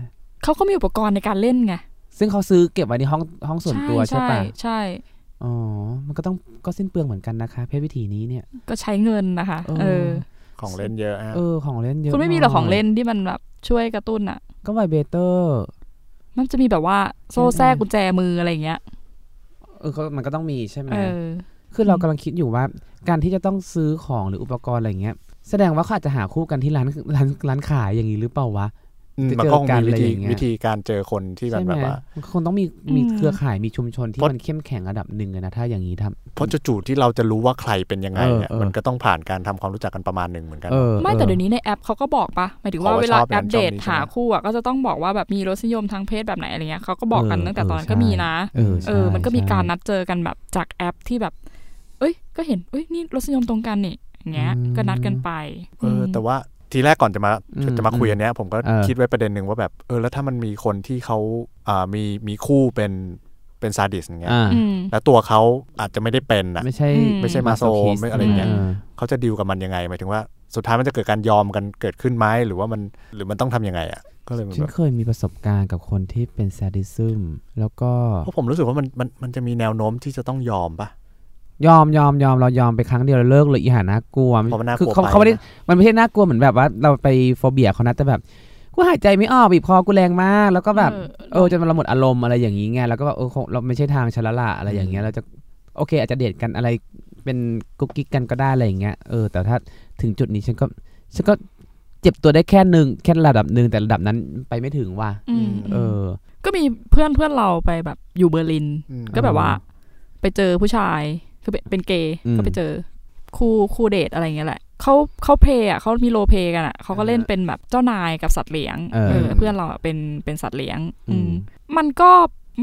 เขาก็มีอุปกรณ์ในการเล่นไง
ซึ่งเขาซื้อเก็บไว้ในห้องห้องส่วนตัวใช่ป่ะ
ใช่
อ๋อ มันก็ต้องก็สิ้นเปลืองเหมือนกันนะคะ เพศวิถีนี้เนี่ย
ก็ใช้เงินนะคะ
เออ
เออ
ของเล่นเยอะฮะ
เออของเล่นเยอะ
คุณไม่มีหรอกของเล่นที่มันแบบช่วยกระตุ้นอ่ะ
ก็ไวเบเตอร์
มันจะมีแบบว่าโซ่แทรก
เออ
กุญแจมืออะไรอย่างเงี้ย
เออเขามันก็ต้องมีใช่ไหม
เออ
คือเรากำลังคิดอยู่ว่าการที่จะต้องซื้อของหรืออุปกรณ์อะไรอย่างเงี้ย แสดงว่าเขาอาจจะหาคู่กันที่ร้านร้านร้านขายอย่างนี้หรือเปล่าวะ จะ
มัน
เจอ
ก็คง
กันอะ
มีวิ
ไรอ
ธี
ย่างเงี้ย
วิธีการเจอคนที่มั
ใช่
น
ไห
แบ
ม
บว่า
มันคงต้องมีมี
อืม
เครือข่ายมีชุมชนที่
เพราะ
มันเข้มแข็งระดับหนึ่งอะนะถ้าอย่างนี้ทำ
เพราะจู่ๆที่เราจะรู้ว่าใครเป็นยังไงเนี่ย
เออเออ
มันก็ต้องผ่านการทำความรู้จักกันประมาณหนึ่งเหมือนกัน
เออ
ไม่
ออ
แต่เดี๋ยวนี้ในแอปเขาก็บอกปะหมายถึง
ข
ว่า
อว่า
เวลา
ชอบอย่าง
อัปเดต
ชอบนี้ใช่ไหม
หาคู่อะก็จะต้องบอกว่าแบบมีรสนิยมทางเพศแบบไหนอะไรเงี้ยเขาก็บอกกันตั้งแต่ตอนนั้นก็มีนะ
เออ
เอ
ใช่
อ มันก็มีการ
ใช่
นัดเจอกันแบบจากแอปที่แบบ เอ้ย ก็เห็น เอ้ย นี่รสนิยมตรงกันนี่อย่างเงี้ย
อืม
ก็นัดกันไป
เออ
ม
แต่ว่าทีแรกก่อนจะมา
อืม
จะมาคุยอันเนี้ย ผมก็
เออ
คิดไว้ประเด็นหนึ่งว่าแบบเออแล้วถ้ามันมีคนที่เขาอ่ามีมีคู่เป็นเป็นซาดิสอย่างเงี้ย
อ่า
อืม
แล้วตัวเขาอาจจะไม่ได้เป็นอ่ะ
ไม่ใช่
อืม
ไม่ใช่มาโซ
คิส
ไม่อะไรอย่างเงี้ย
อ
เขาจะดีลกับมันยังไงหมายถึงว่าสุดท้ายมันจะเกิดการยอมกันเกิดขึ้นไหมหรือว่ามันหรือมันต้องทำยังไงอ่ะก็เลยมัน
ฉั
แบ
น
บ
เคยมีประสบการณ์กับคนที่เป็นซ a ดิซึมแล้วก็
เพราะผมรู้สึกว่ามันมันมันจะมีแนวโน้มที่จะต้องยอมปะ
ยอมยอมยอมเรายอมไปครั้งเดียวเราเลิกเลยอีหาน่ากลัว
เพราะมันน่ากลัว
คืเขา
ไป
เขาไม่ได้
นะ
มันไม่ใช่น่ากลัวเหมือนแบบว่าเราไปโฟเบียเขานะแต่แบบกูหายใจไม่ออกบีบคอกูแรงมาก แล้วก็แบบ
เออ
เออจนเราหมดอารมณ์อะไรอย่างนี้ไงแล้วก็แบบเออคงเราไม่ใช่ทางชละละอะไรอย่างเงี้ยเราจะโอเค อาจจะเดทกันอะไรเป็นกุ๊กกิ๊กกันก็ได้อะไรอย่างเงี้ยเออแต่ถ้าถึงจุดนี้ฉันก็ฉันก็เจ็บตัวได้แค่หนึ่งแค่ระดับหนึ่งแต่ระดับนั้นไปไม่ถึงว่ะ
อืม
เออ
ก็มีเพื่อนเพื่อนเราไปแบบอยู่เบอร์ลิน
อืม
ก็แบบว่า ไปเจอผู้ชาย คือเป็นเป็นเกย์
อืม
ก็ไปเจอ คู่คู่เดทอะไรเงี้ยแหละ เขาเขาเพลย์อ่ะเขามีโรลเพลย์กันอ่ะเขาก็เล่นเป็นแบบเจ้านายกับสัตว์เลี้ยง
เออ
เออ เพื่อนเราอะเป็นเป็นสัตว์เลี้ยง
อื
อื
ม
ม มันก็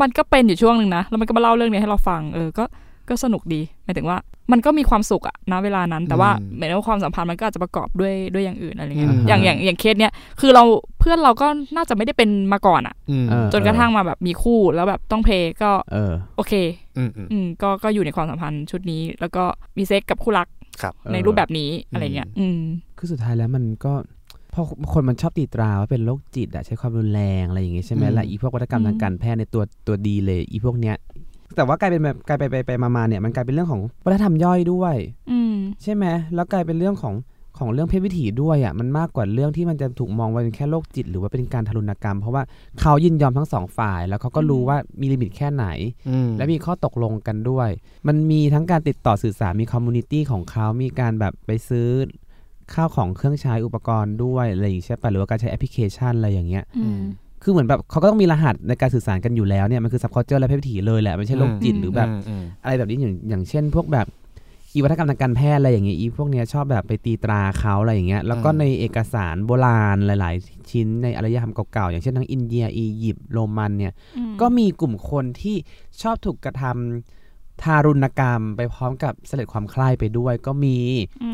มันก็เป็นอยู่ช่วงหนึ่งนะ แล้วมันก็มาเล่าเรื่องนี้ให้เราฟัง เออ ก็ก็สนุกดีหมายถึงว่า มันก็มีความสุขอะนะเวลานั้น แต่ว่า
อืม
หมายถึงว่าความสัมพันธ์มันก็อาจจะประกอบด้วยด้วยอย่างอื่นอะไรเงี้ย
อืม
อย่างอย่างอย่างเคสเนี้ยคือเราเพื่อนเราก็น่าจะไม่ได้เป็นมาก่อนอะ
อืม
เออ
จนกระทั่งมาแบบมีคู่แล้วแบบต้องเพลย์ก็
เออ
โอเค
อืมอืม
อืมก็ก็อยู่ในความสัมพันธ์ชุดนี้ แล้วก็มีเซ็กกับคู่รัก
ครับ
ในรูปแบบนี้อะไรเงี้ย อืม
คือสุดท้ายแล้วมันก็พอคนมันชอบตีตราว่าเป็นโรคจิตอะใช้ความรุนแรงอะไรอย่างเงี้ยใช่ไหม
อืม
และอีพวกวัฒกรรมทางการแพทย์ในตัวตัวดีเลยอีพวกเนี้ยแต่ว่ากลายเป็นแบบกลายไปไปไปมามาเนี่ยมันกลายเป็นเรื่องของวัฒนธรรมย่อยด้วย
อืม
ใช่ไหมแล้วกลายเป็นเรื่องของของเรื่องเพศวิถีด้วยอะมันมากกว่าเรื่องที่มันจะถูกมองว่าเป็นแค่โรคจิต หรือว่าเป็นการทารุณกรรม เพราะว่าเขายินยอมทั้งสองฝ่าย แล้วเขาก็รู้ว่ามีลิมิตแค่ไหน
อืม
และมีข้อตกลงกันด้วย มันมีทั้งการติดต่อสื่อสาร มีคอมมูนิตี้ของเขา มีการแบบไปซื้อข้าวของเครื่องใช้อุปกรณ์ด้วยอะไรอย่างเงี้ยใช่ปะหรือว่าการใช้แอปพลิเคชันอะไรอย่างเงี้ย
อืม
คือเหมือนแบบเขาก็ต้องมีรหัสในการสื่อสารกันอยู่แล้วเนี่ย มันคือซับคอเจอร์และเพศวิถีเลยแหละ ไม่ใช่โรคจิต
อืม
หรือแบบ
มอืม
อะไรแบบนี้อย่างอย่างเช่น พวกแบบอีวัฒกรรมทางการแพทย์อะไรอย่างเงี้ยอีพวกเนี้ยชอบแบบไปตีตราเขาอะไรอย่างเงี้ย แล้วก็ในเอกสารโบราณหลาย ๆ ชิ้นในอารยธรรมเก่าๆ อย่างเช่นทั้งอินเดีย อียิปต์ โรมันเนี่ย
อืม
ก็มีกลุ่มคนที่ชอบถูกกระทำทารุณกรรมไปพร้อมกับเสลดความใคล้ายไปด้วยก็มี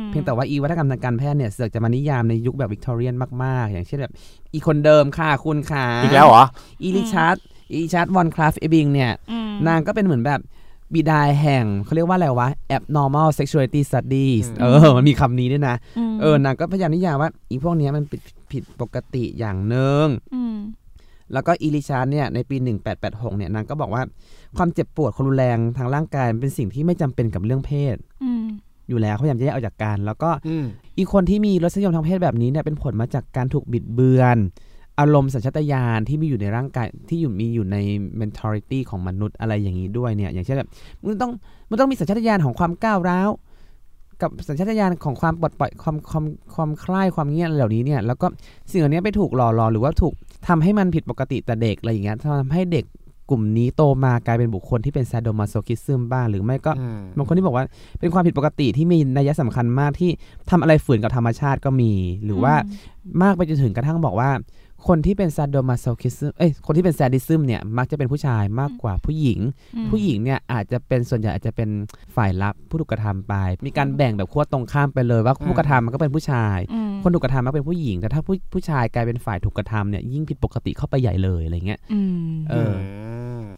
เพียงแต่ว่าอีวัฒกรรมทางการแพทย์เนี่ยเสือกจะมานิยามในยุคแบบวิกตอเรียนมาก ๆ อย่างเช่นแบบอีคนเดิมค่ะคุณค่ะ
อีกแล้วเหรอ
อีริชาร์ดอีริชาร์ดวอนคลาฟเอบิงเนี่ย
อืม
นางก็เป็นเหมือนแบบบิดาแห่งเขาเรียกว่าอะไรวะ abnormal sexuality studies
อืม
เออ มันมีคำนี้ด้วยนะ เออนางก็พยายามนิยามว่าอีพวกเนี้ยมันผิดผิดปกติอย่างหนึ่ง
อืม
แล้วก็อีลิชาร์ดเนี่ยในปี 1886 เนี่ยนางก็บอกว่าความเจ็บปวดความรุนแรงทางร่างกายมันเป็นสิ่งที่ไม่จำเป็นกับเรื่องเพศ
อืม
อยู่แล้วเขาพยายามจะแยกออกจากกัน แล้วก็
อืม
อีกคนที่มีรสนิยมทางเพศแบบนี้เนี่ยเป็นผลมาจากการถูกบิดเบือน อารมณ์สัญชาตญาณที่มีอยู่ในร่างกายที่อยู่มีอยู่ใน mentality ของมนุษย์อะไรอย่างนี้ด้วยเนี่ยอย่างเช่นแบบมึงต้องมึงต้องมีสัญชาตญาณของความก้าวร้าวกับสัญชาตญาณของความปลดปล่อยความความความใคล้ายความเงี้ยอะไรเหล่านี้เนี่ยแล้วก็สิ่งเหล่านี้ไปถูกหล่อหลอมหรือว่าถูก ทำให้มันผิดปกติแต่เด็กอะไรอย่างเงี้ยทำให้เด็กกลุ่มนี้โตมากลายเป็นบุคคลที่เป็นซาโดมาโซคิซึมบ้างหรือไม่ก็บางคนที่บอกว่าเป็นความผิดปกติที่มีนัยสำคัญมากที่ทำอะไรฝืนกับธรรมชาติก็มี หรือว่ามากไปจนถึงกระทั่งบอกว่า คนที่เป็นซาโดมาโซคิซึมเอ้ยคนที่เป็นซาดิซึมเนี่ยมักจะเป็นผู้ชายมากกว่าผู้หญิง
อืม
ผู้หญิงเนี่ยอาจจะเป็นส่วนใหญ่อาจจะเป็นฝ่ายรับผู้ถูกกระทำไป มีการแบ่งแบบขั้วตรงข้ามไปเลยว่าผู้กระทำมันก็เป็นผู้ชาย
อืม
คนถูกกระทำมักเป็นผู้หญิง แต่ถ้าผู้ผู้ชายกลายเป็นฝ่ายถูกกระทำเนี่ยยิ่งผิดปกติเข้าไปใหญ่เลยอะไรเงี้ย
อืม
เออ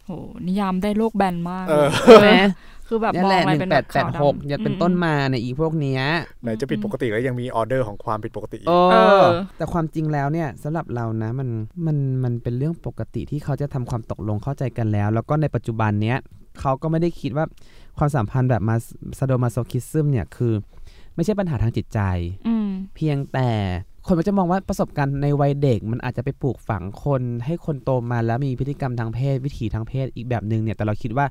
โหนิยามได้โลกแบนมาก
เออ
เออคือแบบ
นั่
ม
น
อง
แหละ
อะ
ห
ไร
นึ่
เป็
ง
นแบ
แป
บ
ดแปดหก
ขาวำ
เนี่ยเป็นต้นมาเนี่ยอีพวกเนี้ย
ไหนจะผิดปกติแล้วยังมีออเดอร์ของความผิดปกติอีก
เอ
เอ
อ
อ
แต่ความจริงแล้วเนี่ยสำหรับเรานะมันมันมันเป็นเรื่องปกติที่เขาจะทำความตกลงเข้าใจกันแล้ว แล้วก็ในปัจจุบันเนี้ยเขาก็ไม่ได้คิดว่าความสัมพันธ์แบบมาซาโดมาโซคิซึมเนี่ยคือ ไม่ใช่ปัญหาทางจิตใจ
อืม
เพียงแต่คนมันจะมองว่าประสบการณ์ในวัยเด็ก มันอาจจะไปปลูกฝังคน ให้คนโตมาแล้วมีพฤติกรรมทางเพศ วิถีทางเพศอีกแบบหนึ่งเนี่ยแต่เราคิดว่า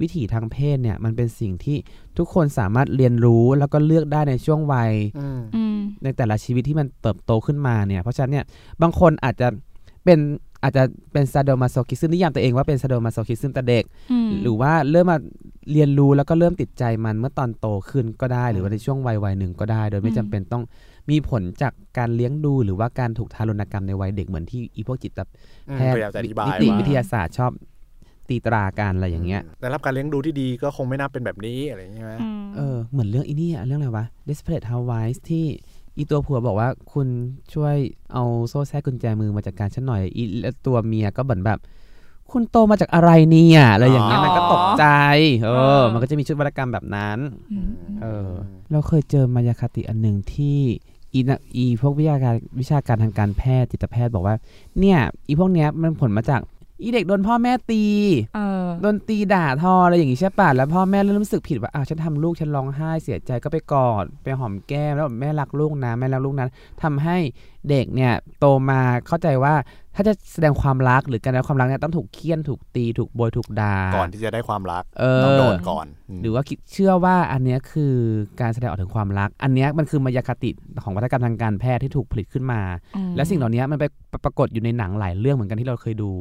วิถีทางเพศเนี่ยมันเป็นสิ่งที่ทุกคนสามารถเรียนรู้แล้วก็เลือกได้ในช่วงวัย
ม
อืม
ในแต่ละชีวิตที่มันเติบโตขึ้นมาเนี่ยเพราะฉะนั้นเนี่ยบางคนอาจจะ เป็นอาจจะเป็นซาโดมาโซคิซึมนิยามตัวเองว่าเป็นซาโดมาโซคิซึมแต่เด็ก
อืม
หรือว่าเริ่มมาเรียนรู้แล้วก็เริ่มติดใจมันเมื่อตอนโตขึ้นก็ได้ หรือว่าในช่วงวัยวัยหนึ่งก็ได้ โดยไม่จำเป็นต้องมีผลจากการเลี้ยงดูหรือว่าการถูกทารุณกรรมในวัยเด็กเหมือนที่อีพวกจิต
อืม
แพท
พ
ย์
ยายามจะอธิบาย
นิติ
ว่า
วิทยาศาสตร์ชอบตีตราการอะไรอย่างเงี้ย
มได้รับการเลี้ยงดูที่ดีก็คงไม่น่าเป็นแบบนี้อะไรอย่างเงี้ยไหม
อืม
เออเหมือนเรื่องอีนี่อะเรื่องอะไรวะ Desperate Housewives ที่อีตัวผัวบอกว่าคุณช่วยเอาโซ่แท้กุญแจมือมาจากการฉันหน่อยอีแล้วตัวเมียก็เหมือนแบบ คุณโตมาจากอะไรเนี่ยอะไรอย่างเงี้ยมันก็ตกใจ เออ มันก็จะมีชุดวรรณกรรมแบบนั้น
ม
เออ เราเคยเจอมายาคติอันหนึ่งที่อีนะอีพวกวิชาการวิชาการทางการแพทย์จิตแพทย์บอกว่า เนี่ย อีพวกเนี้ยมันผลมาจากอีเด็กโดนพ่อแม่ตี
เออ
โดนตีด่าทออะไรอย่างงี้ใช่ป่ะ แล้วพ่อแม่เริ่มรู้สึกผิดว่า อ้าวฉันทำลูกฉันร้องไห้เสียใจก็ไปกอดไปหอมแก้มแล้วแบบแม่รักลูกนะแม่รักลูกนะทำให้เด็กเนี่ยโตมาเข้าใจว่าถ้าจะแสดงความรักหรือการแสดงความรักเนี่ยต้องถูกเคี่ยนถูกตีถูกโบยถูกด่า
ก่อนที่จะได้ความรัก
เอ
ต้องโด
อ
นก่อนม
หรือว่าคิดเชื่อว่าอันเนี้ยคือการแสดงออกถึงความรัก อันเนี้ยมันคือมายาคติของวัฒกรรมทางการแพทย์ที่ถูกผลิตขึ้นมา
อืม
และสิ่งเหล่านี้มันไปปรากฏอยู่ในหนังหลายเรื่องเหมือนกันที่เราเคยดู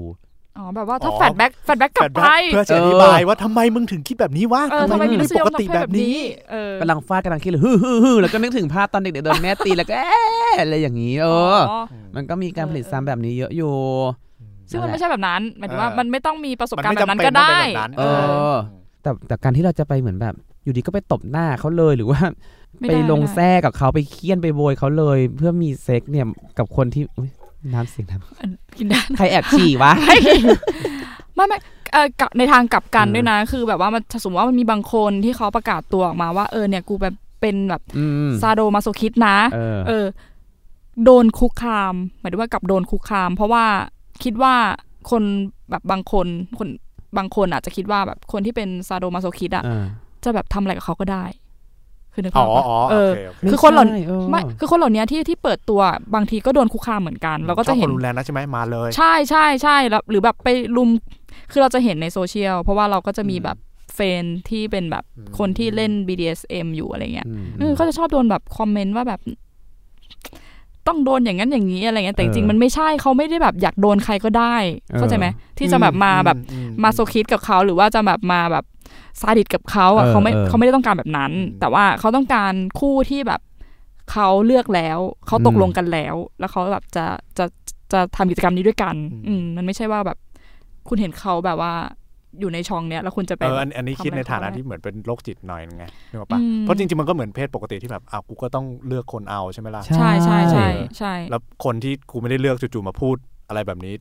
อ๋อแบบว่าถ้า
อ๋อ
แฟลชแบ็กแฟลชแบ็กกลับไป
flashback เพื่อจะอธิบายว่าทำไมมึงถึงคิดแบบนี้วะ
เออทำไมมี
ง
รสนิย
ป
ม
ก
ทาง
ติ
เพ
แบ
ศแบบ บ
นี้
นี้ เออก
ำลังฟาดกำลังคิดเลยฮือฮือฮือแล้วก็นึกถึงภาพตอนเด็กๆโดนแม่ตีแล้วก็ เอ๊ะอะไรอย่างนี้ เอออ มันก็มีการผลิตซ้ำแบบนี้เยอะอยู่
ซึ่งมันไม่ใช่แบบนั้นหมายถึงว่า
เออ
มันไม่ต้องมีประสบ
มัน
การณ์
ไม่
แบบ
จำ
นั้
เป็
น
น
ก็
ต้อง
ได้
เป็นแบบนั้น
เออ แต่แต่การที่เราจะไปเหมือนแบบ อยู่ดีก็ไปตบหน้าเขาเลยหรือว่า
ไม่
ไป
ด้
ลง
ไม่ได้
แท้กับเขาไปเคี่ยนไปโบยเขาเลย เพื่อมีเซ็กเนี่ยกับคนที่อุ๊ยน้ำเสี ยงน้
กินได้
ำใครแอบฉี่วะ
ไม่ไม่เออกลับในทางกลับกัน
อืม
ด้วยนะ คือแบบว่ามันสมมติว่ามันมีบางคนที่เขาประกาศตัวออกมาว่าเออเนี่ยกูแบบเป็นแบบ
อืม
ซาโดมาโซคิดนะ
เออ
เออ โดนคุกคามหมายถึงว่ากลับโดนคุกคาม เพราะว่าคิดว่าคนแบบบางคนคนบางคนอาจจะคิดว่าแบบคนที่เป็นซาโดมาโซคิดอะ
เออ
จะแบบทำอะไรกับเขาก็ได้ คือนึกภา
อ๋
พ
อ
ออก
อ๋อ
ปะ
โอ
เออ
เคโอเค
คือคนเหล่า
ไม่ใช่เออ
ไม่คือคนเหล่านี้ที่ที่เปิดตัวบางทีก็โดนคุกคามเหมือนกัน เราก็จะเห็
ชอบคน นรุนแรงนะใช่ไหมมาเลย
ใช่ใช่ใช่แล้วหรือแบบไปลุมคือเราจะเห็นในโซเชียล เพราะว่าเราก็จะมีแบบเฟนที่เป็นแบบ
อืม
คนที่เล่น BDSM อยู่อะไรเงี้ย
ม
เออก็จะชอบโดนแบบคอมเมนต์ว่าแบบ ต้องโดนอย่างนั้นอย่างนี้อะไรเงี้ยแต่จริงๆมันไม่ใช่เขาไม่ได้แบบอยากโดนใครก็ได้ เข้าใจไหมที่จะแบบมาแบบ
อือื
มาโซคิดกับเขาหรือว่าจะแบบมาแบบซาดิสกับเขาอ่ะ
เออ
เขาไม่
เออ
เขาไม่ได้ต้องการแบบนั้น
อืม
แต่ว่าเขาต้องการคู่ที่แบบเขาเลือกแล้วเขาตกลงกันแล้ว แล้วเขาแบบจะจะจะทำกิจกรรมนี้ด้วยกัน อืมมันไม่ใช่ว่าแบบ คุณเห็นเขาแบบว่าอยู่ในช่องเนี้ยแล้วคุณจะไป
เอออันอันนี้
ทำอะไร
คิดในฐานะ
ก็ได้
ที่เหมือนเป็นโรคจิตหน่อยนึงไงนึกออกปะ
อืม
เพราะจริงๆมันก็เหมือนเพศปกติที่แบบอ้าวกูก็ต้องเลือกคนเอาใช่ไหมล่ะ
ใช่ใช่ใช่
เออ
ใช่
แล้วคนที่กูไม่ได้เลือกจู่ๆมาพูดอะไรแบบนี้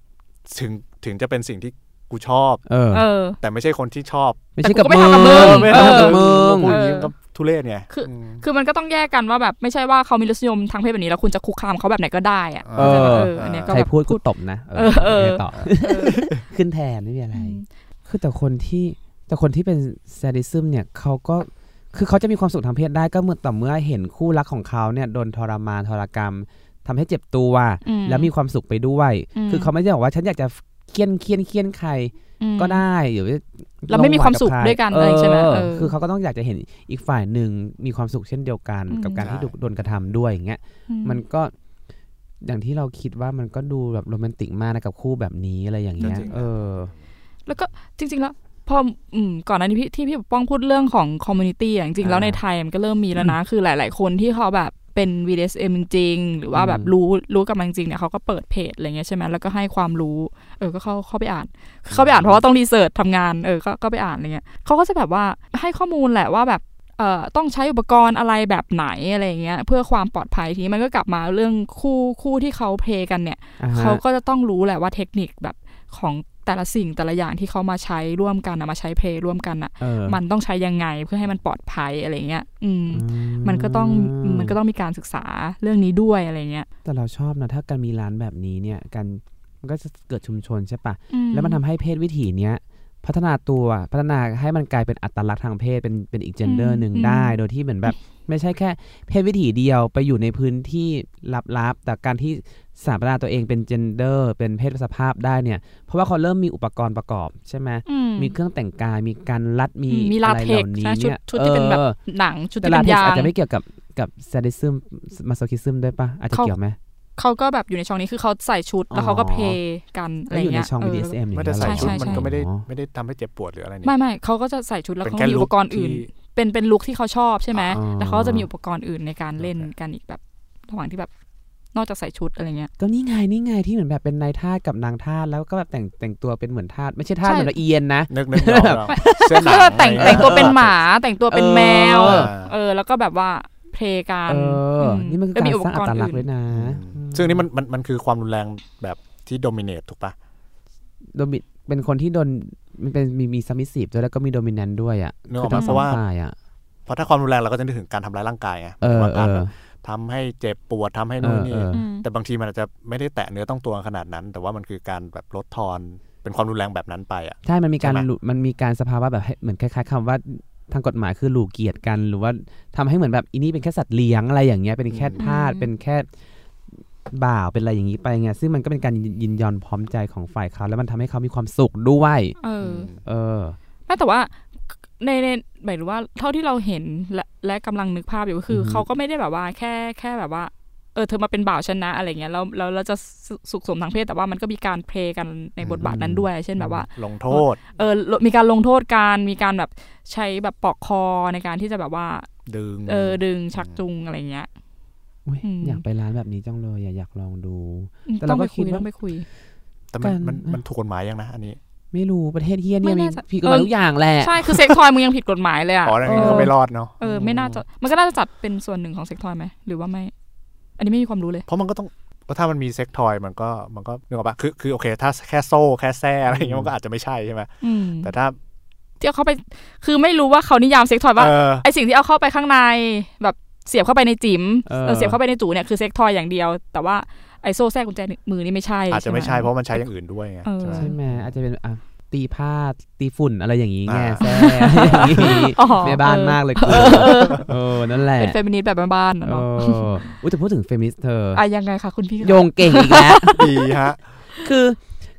ถึงถึงจะเป็นสิ่งที่กูชอบ
เออ
เออ
แต่ไม่ใช่คนที่ชอบ
ไม่ใช่กับ
แต่
มึง
กูก็ไม่ทำกับมึง
ไม่
เอ
ทำ
อ
กับมึง
พูดอย่างนี้มันก็ทุเรศไง
คือ คือมันก็ต้องแยกกันว่าแบบไม่ใช่ว่าเขามีรสนิยมทางเพศแบบนี้แล้วคุณจะคุกคามเขาแบบไหนก็ได้อ่ะ
เอ
เออ
อ
เอออันเนี้ยก็
ใคร
แบบ
พูดกูตบนะ
เออเออ
ไม่ต่อ
เออ
ขึ้นแทนไม่มีอะไร
อืม
คือแต่คนที่แต่คนที่เป็นแซดิซึมเนี่ยเขาก็คือเขาจะมีความสุขทางเพศได้ก็เมื่อต่อเมื่อเห็นคู่รักของเขาเนี่ยโดนทรมานทรกรรมทำให้เจ็บตัว
อืม
แล้วมีความสุขไปด้วย
อืม
คือเขาไม่ได้บอกว่าฉันอยากจะเคียนเคียนเคียนใคร
อืม
ก็ได้หรือ
เราไม่มีความสุขด้วยกันเลยใช่ไหม
เออ
เออ
คือเขาก็ต้องอยากจะเห็นอีกฝ่ายหนึ่งมีความสุขเช่นเดียวกัน
อืม
กับการที่
ใช่
ถูกโดนกระทำด้วยอย่างเงี้ย
อื
มันก็อย่างที่เราคิดว่ามันก็ดูแบบโรแมนติกมากนะกับคู่แบบนี้อะไรอย่างเงี้ย
จริงๆ
เออ
แล้วก็จริง ๆ แล้วพออืมก่อนหน้านี้พี่ที่พี่ปกป้องพูดเรื่องของคอมมูนิตี้อ่ะจริงๆ แล้วใน
อ่า
ไทยมันก็เริ่มมีแล้วนะ คือหลาย ๆ คนที่เขาแบบเป็น VDSM จริงๆหรือว่าแบบ
อืม
รู้รู้กับมันจริงเนี่ยเขาก็เปิดเพจอะไรเงี้ยใช่ไหมแล้วก็ให้ความรู้ เออก็เข้าเข้าไปอ่านคือเข้าไปอ่านเพราะว่าต้องรีเสิร์ชทำงานเออก็ก็ไปอ่านอะไรเงี้ยเขาก็จะแบบว่าให้ข้อมูลแหละว่าแบบเอ่อต้องใช้อุปกรณ์อะไรแบบไหนอะไรเงี้ยเพื่อความปลอดภัยทีนี้มันก็กลับมาเรื่องคู่คู่ที่เขาเพลย์กันเนี่ย
อ่ฮะ
เขาก็จะต้องรู้แหละว่าเทคนิคแบบของแต่ละสิ่งแต่ละอย่างที่เขามาใช้ร่วมกันนะมาใช้เพลย์ร่วมกันอ่ะ
เออ
มันต้องใช้ยังไงเพื่อให้มันปลอดภัยอะไรเงี้ย อืม
อื
มันก็ต้องมันก็ต้องมีการศึกษาเรื่องนี้ด้วยอะไรเงี้ย
แต่เราชอบนะ ถ้าการมีร้านแบบนี้เนี่ยการมันก็จะเกิดชุมชนใช่ปะ
อื
แล้วมันทำให้เพศวิถีเนี้ยพัฒนาตัวพัฒนาให้มันกลายเป็นอัตลักษณ์ทางเพศเป็นเป็นอีกเจนเดอร์หนึ่งได้ โดยที่เหมือนแบบไม่ใช่แค่เพศวิถีเดียวไปอยู่ในพื้นที่ลับๆแต่การที่สถาปนาตัวเองเป็นเจนเดอร์ เป็นเพศสภาพได้เนี่ย เพราะว่าเขาเริ่มมีอุปกรณ์ประกอบใช่ไหม
อื
มีเครื่องแต่งกายมีการรัดมี
อืมีลา
อะไร
เท
เห
ก
ล่า
ซ์
นี้
นะชุด
เนี่ย
ชุดที่เป็นแบบ
ออ
หนังชุด
แต่
ที่
ลาเท็กซ์อา
เป็นยาง
จจะไม่เกี่ยวกับกับซาดิซึมมาโซคิซึมด้วยปะอาจจะ
เขา
เกี่ยวไหม
เขาก็แบบอยู่ในช่องนี้คือเขาใส่ชุดแล้วเขาก็
อ๋อ
เพลย์กันอะไร
ก็อยู่ใน
เงี้ย
ช่อง
เออ
BDSM อย่างเงี้
ไม่
ย
ได้ใส่
เหรอ
ชุด
ใช่ใช่
มันก็ไม่ได้
อ๋อ
ไม่ได้ทำให้เจ็บปวดหรืออะไรนี่
ไม่ไม่เขาก็จะใส่ชุดแล้ว
เป็น
เขา
แค่
มี
ลุ
อุ
ค
ปกรณ์อื่น
ที่
เป็นเป็นลุคที่เขาชอบใช่ไหม
อ่า
แล้วเขาก็จะมีอุปกรณ์อื่นในการเล่นกันอีกแบบระหว่างที่แบบนอกจากใส่ชุดอะไรเงี้ย
ก็นี่ไงนี่ไงที่เหมือนแบบเป็นนายทาสกับนางทาสแล้วก็แบบแต่งแต่งตัวเป็นเหมือนทาสไม่ใช่ทาส
ใช่
เหมือนละเอียนนะ
นึกนึกไม่ออกเราเสื้อหนั
ก็
ง
แต่ง
อะไร
แต่งตัวเป็นหมาแต่งตัวเป็นแมว
เออ
เออ แล้วก็แบบว่าเพลย์กัน
เอออ
ม
นี่มันคือ
แล้ว
การส
อุป
ร้างอั
กรณ์
ตลักษณ์
อื่
ด้วยนะ
อืมซึ่งนี่มันมันมันคือความรุนแรงแบบที่โดมิเนตถูกปะ
โดมิเป็นคนที่โดนมันเป็นมีมีซัมมิสิฟด้วยแล้วก็มีโดมิแนนด้วยอ่ะ
นึกอ
คือ
อก
ทั้
มาง
ส
เพ
อง
ราะว่า
ฝ่ายอ่ะ
เพราะถ้าความรุนแรงเราก็จะนึกถึงการทำร้ายร่างกายไง
เออ
ว่า
เอ
การ
อ
แบบทำให้เจ็บปวดทำให้นู่นนี่
เออเออ
อืม
แต่บางทีมันอาจจะไม่ได้แตะเนื้อต้องตัวขนาดนั้น แต่ว่ามันคือการแบบลดทอนเป็นความรุนแรงแบบนั้นไปอ่ะ
ใช่ มันมีการ
ใช่ไหม
หลุมันมีการสภาวะแบบให้เหมือนคล้ายๆคำว่าทางกฎหมายคือหลูเกียดกัน หรือว่าทำให้เหมือนแบบอินี่เป็นแค่สัตว์เลี้ยงอะไรอย่างเงี้ยเป็นแค่ทาสเป็นแค่บ่าวเป็นอะไรอย่างนี้ไปไงซึ่งมันก็เป็นการยินยอมพร้อมใจของฝ่ายเขาแล้วมันทำให้เขามีความสุขด้วย
เอออ
เออ
ไม่แต่ว่าในในหมายถึงว่าเท่าที่เราเห็นและและกำลังนึกภาพอยู่ก็คือ
อฮึ
เขาก็ไม่ได้แบบว่าแค่แค่แบบว่า เออเธอมาเป็นบ่าวชนะอะไรเงี้ยแล้วแล้วเราจะสุสุขสมทางเพศแต่ว่ามันก็มีการเพลย์กันในบทบาทนั้นด้วย เช่นแบบว่า
ลงโทษ
เออมีการลงโทษการมีการแบบใช้แบบปอกคอในการที่จะแบบว่า
ดึง
เออดึงชักจูงอะไรเงี้ย
อุ๊ย
อืม
อยากไปร้านแบบนี้จังเลยอะอยากลองดู
อืม
แต่เรา
ต้องไป
ก็คิ
คุ
ด
ย
ว่า
ต้องไปคุย
แต่มัน
กัน
มันมันถูกกฎหมายยังนะอันนี้
ไม่รู้ประเทศเฮียเนี่ย
ไม่
มี
น่าจะ
ผิดกฎหมาย
เออ
ทุกอย่างแหละ
ใช่คือเซ็กทอยมึงยังผิดกฎหมายเลยอ่ะ
อ๋ออันนี้ก็ไม่รอดเนาะ
เออไม่น่าจะมันก็น่าจะจัดเป็นส่วนหนึ่งของเซ็กทอยไหมหรือว่าไม่ อันนี้ไม่มีความรู้เลย
เพราะมันก็ต้องเพราะถ้ามันมีเซ็กทอยมันก็มันก็นึกออกปะคือคือโอเค ถ้าแค่โซ่แค่แซ่อะไรอย่างเงี้ยมันก็อาจจะไม่ใช่ใช่ไหม
อืม
แต่ถ้า
ที่เอาเข้าไปคือไม่รู้ว่าเขานิยามเซ็กทอยว่า
เออ
ไอสิ่งที่เอาเข้าไปข้างในแบบเสียบเข้าไปในจิ๋ม
เออ
เออเสียบเข้าไปในจูเนี่ยคือเซ็กทอยอย่างเดียว แต่ว่าไอโซ่แทรกกุญแจมือนี่ไม่ใช่
อาจจะไม่ใช่
ห
เพราะมันใช้อย่างอื่นด้วยไง
เออ
ใช่ไหม
ใช่ไหมอาจจะเป็นอ่ะตีผ้าตีฝุ่นอะไรอย่างงี้ไง
อ่า
แซ่ อย่างงี้
อ๋อ
แม่บ้าน
เออ
มากเลยกูเออนั่นแหละ
เป็นเฟมินิสต์แบบบ้านๆนะ
เอ
เนาะ
ออุ้ยแต่พูดถึงเฟมินิสต์เธอ
อ่ะยังไงคะคุณพี่
โยงเก่งอีกแล้ว
ดีฮะ
คือ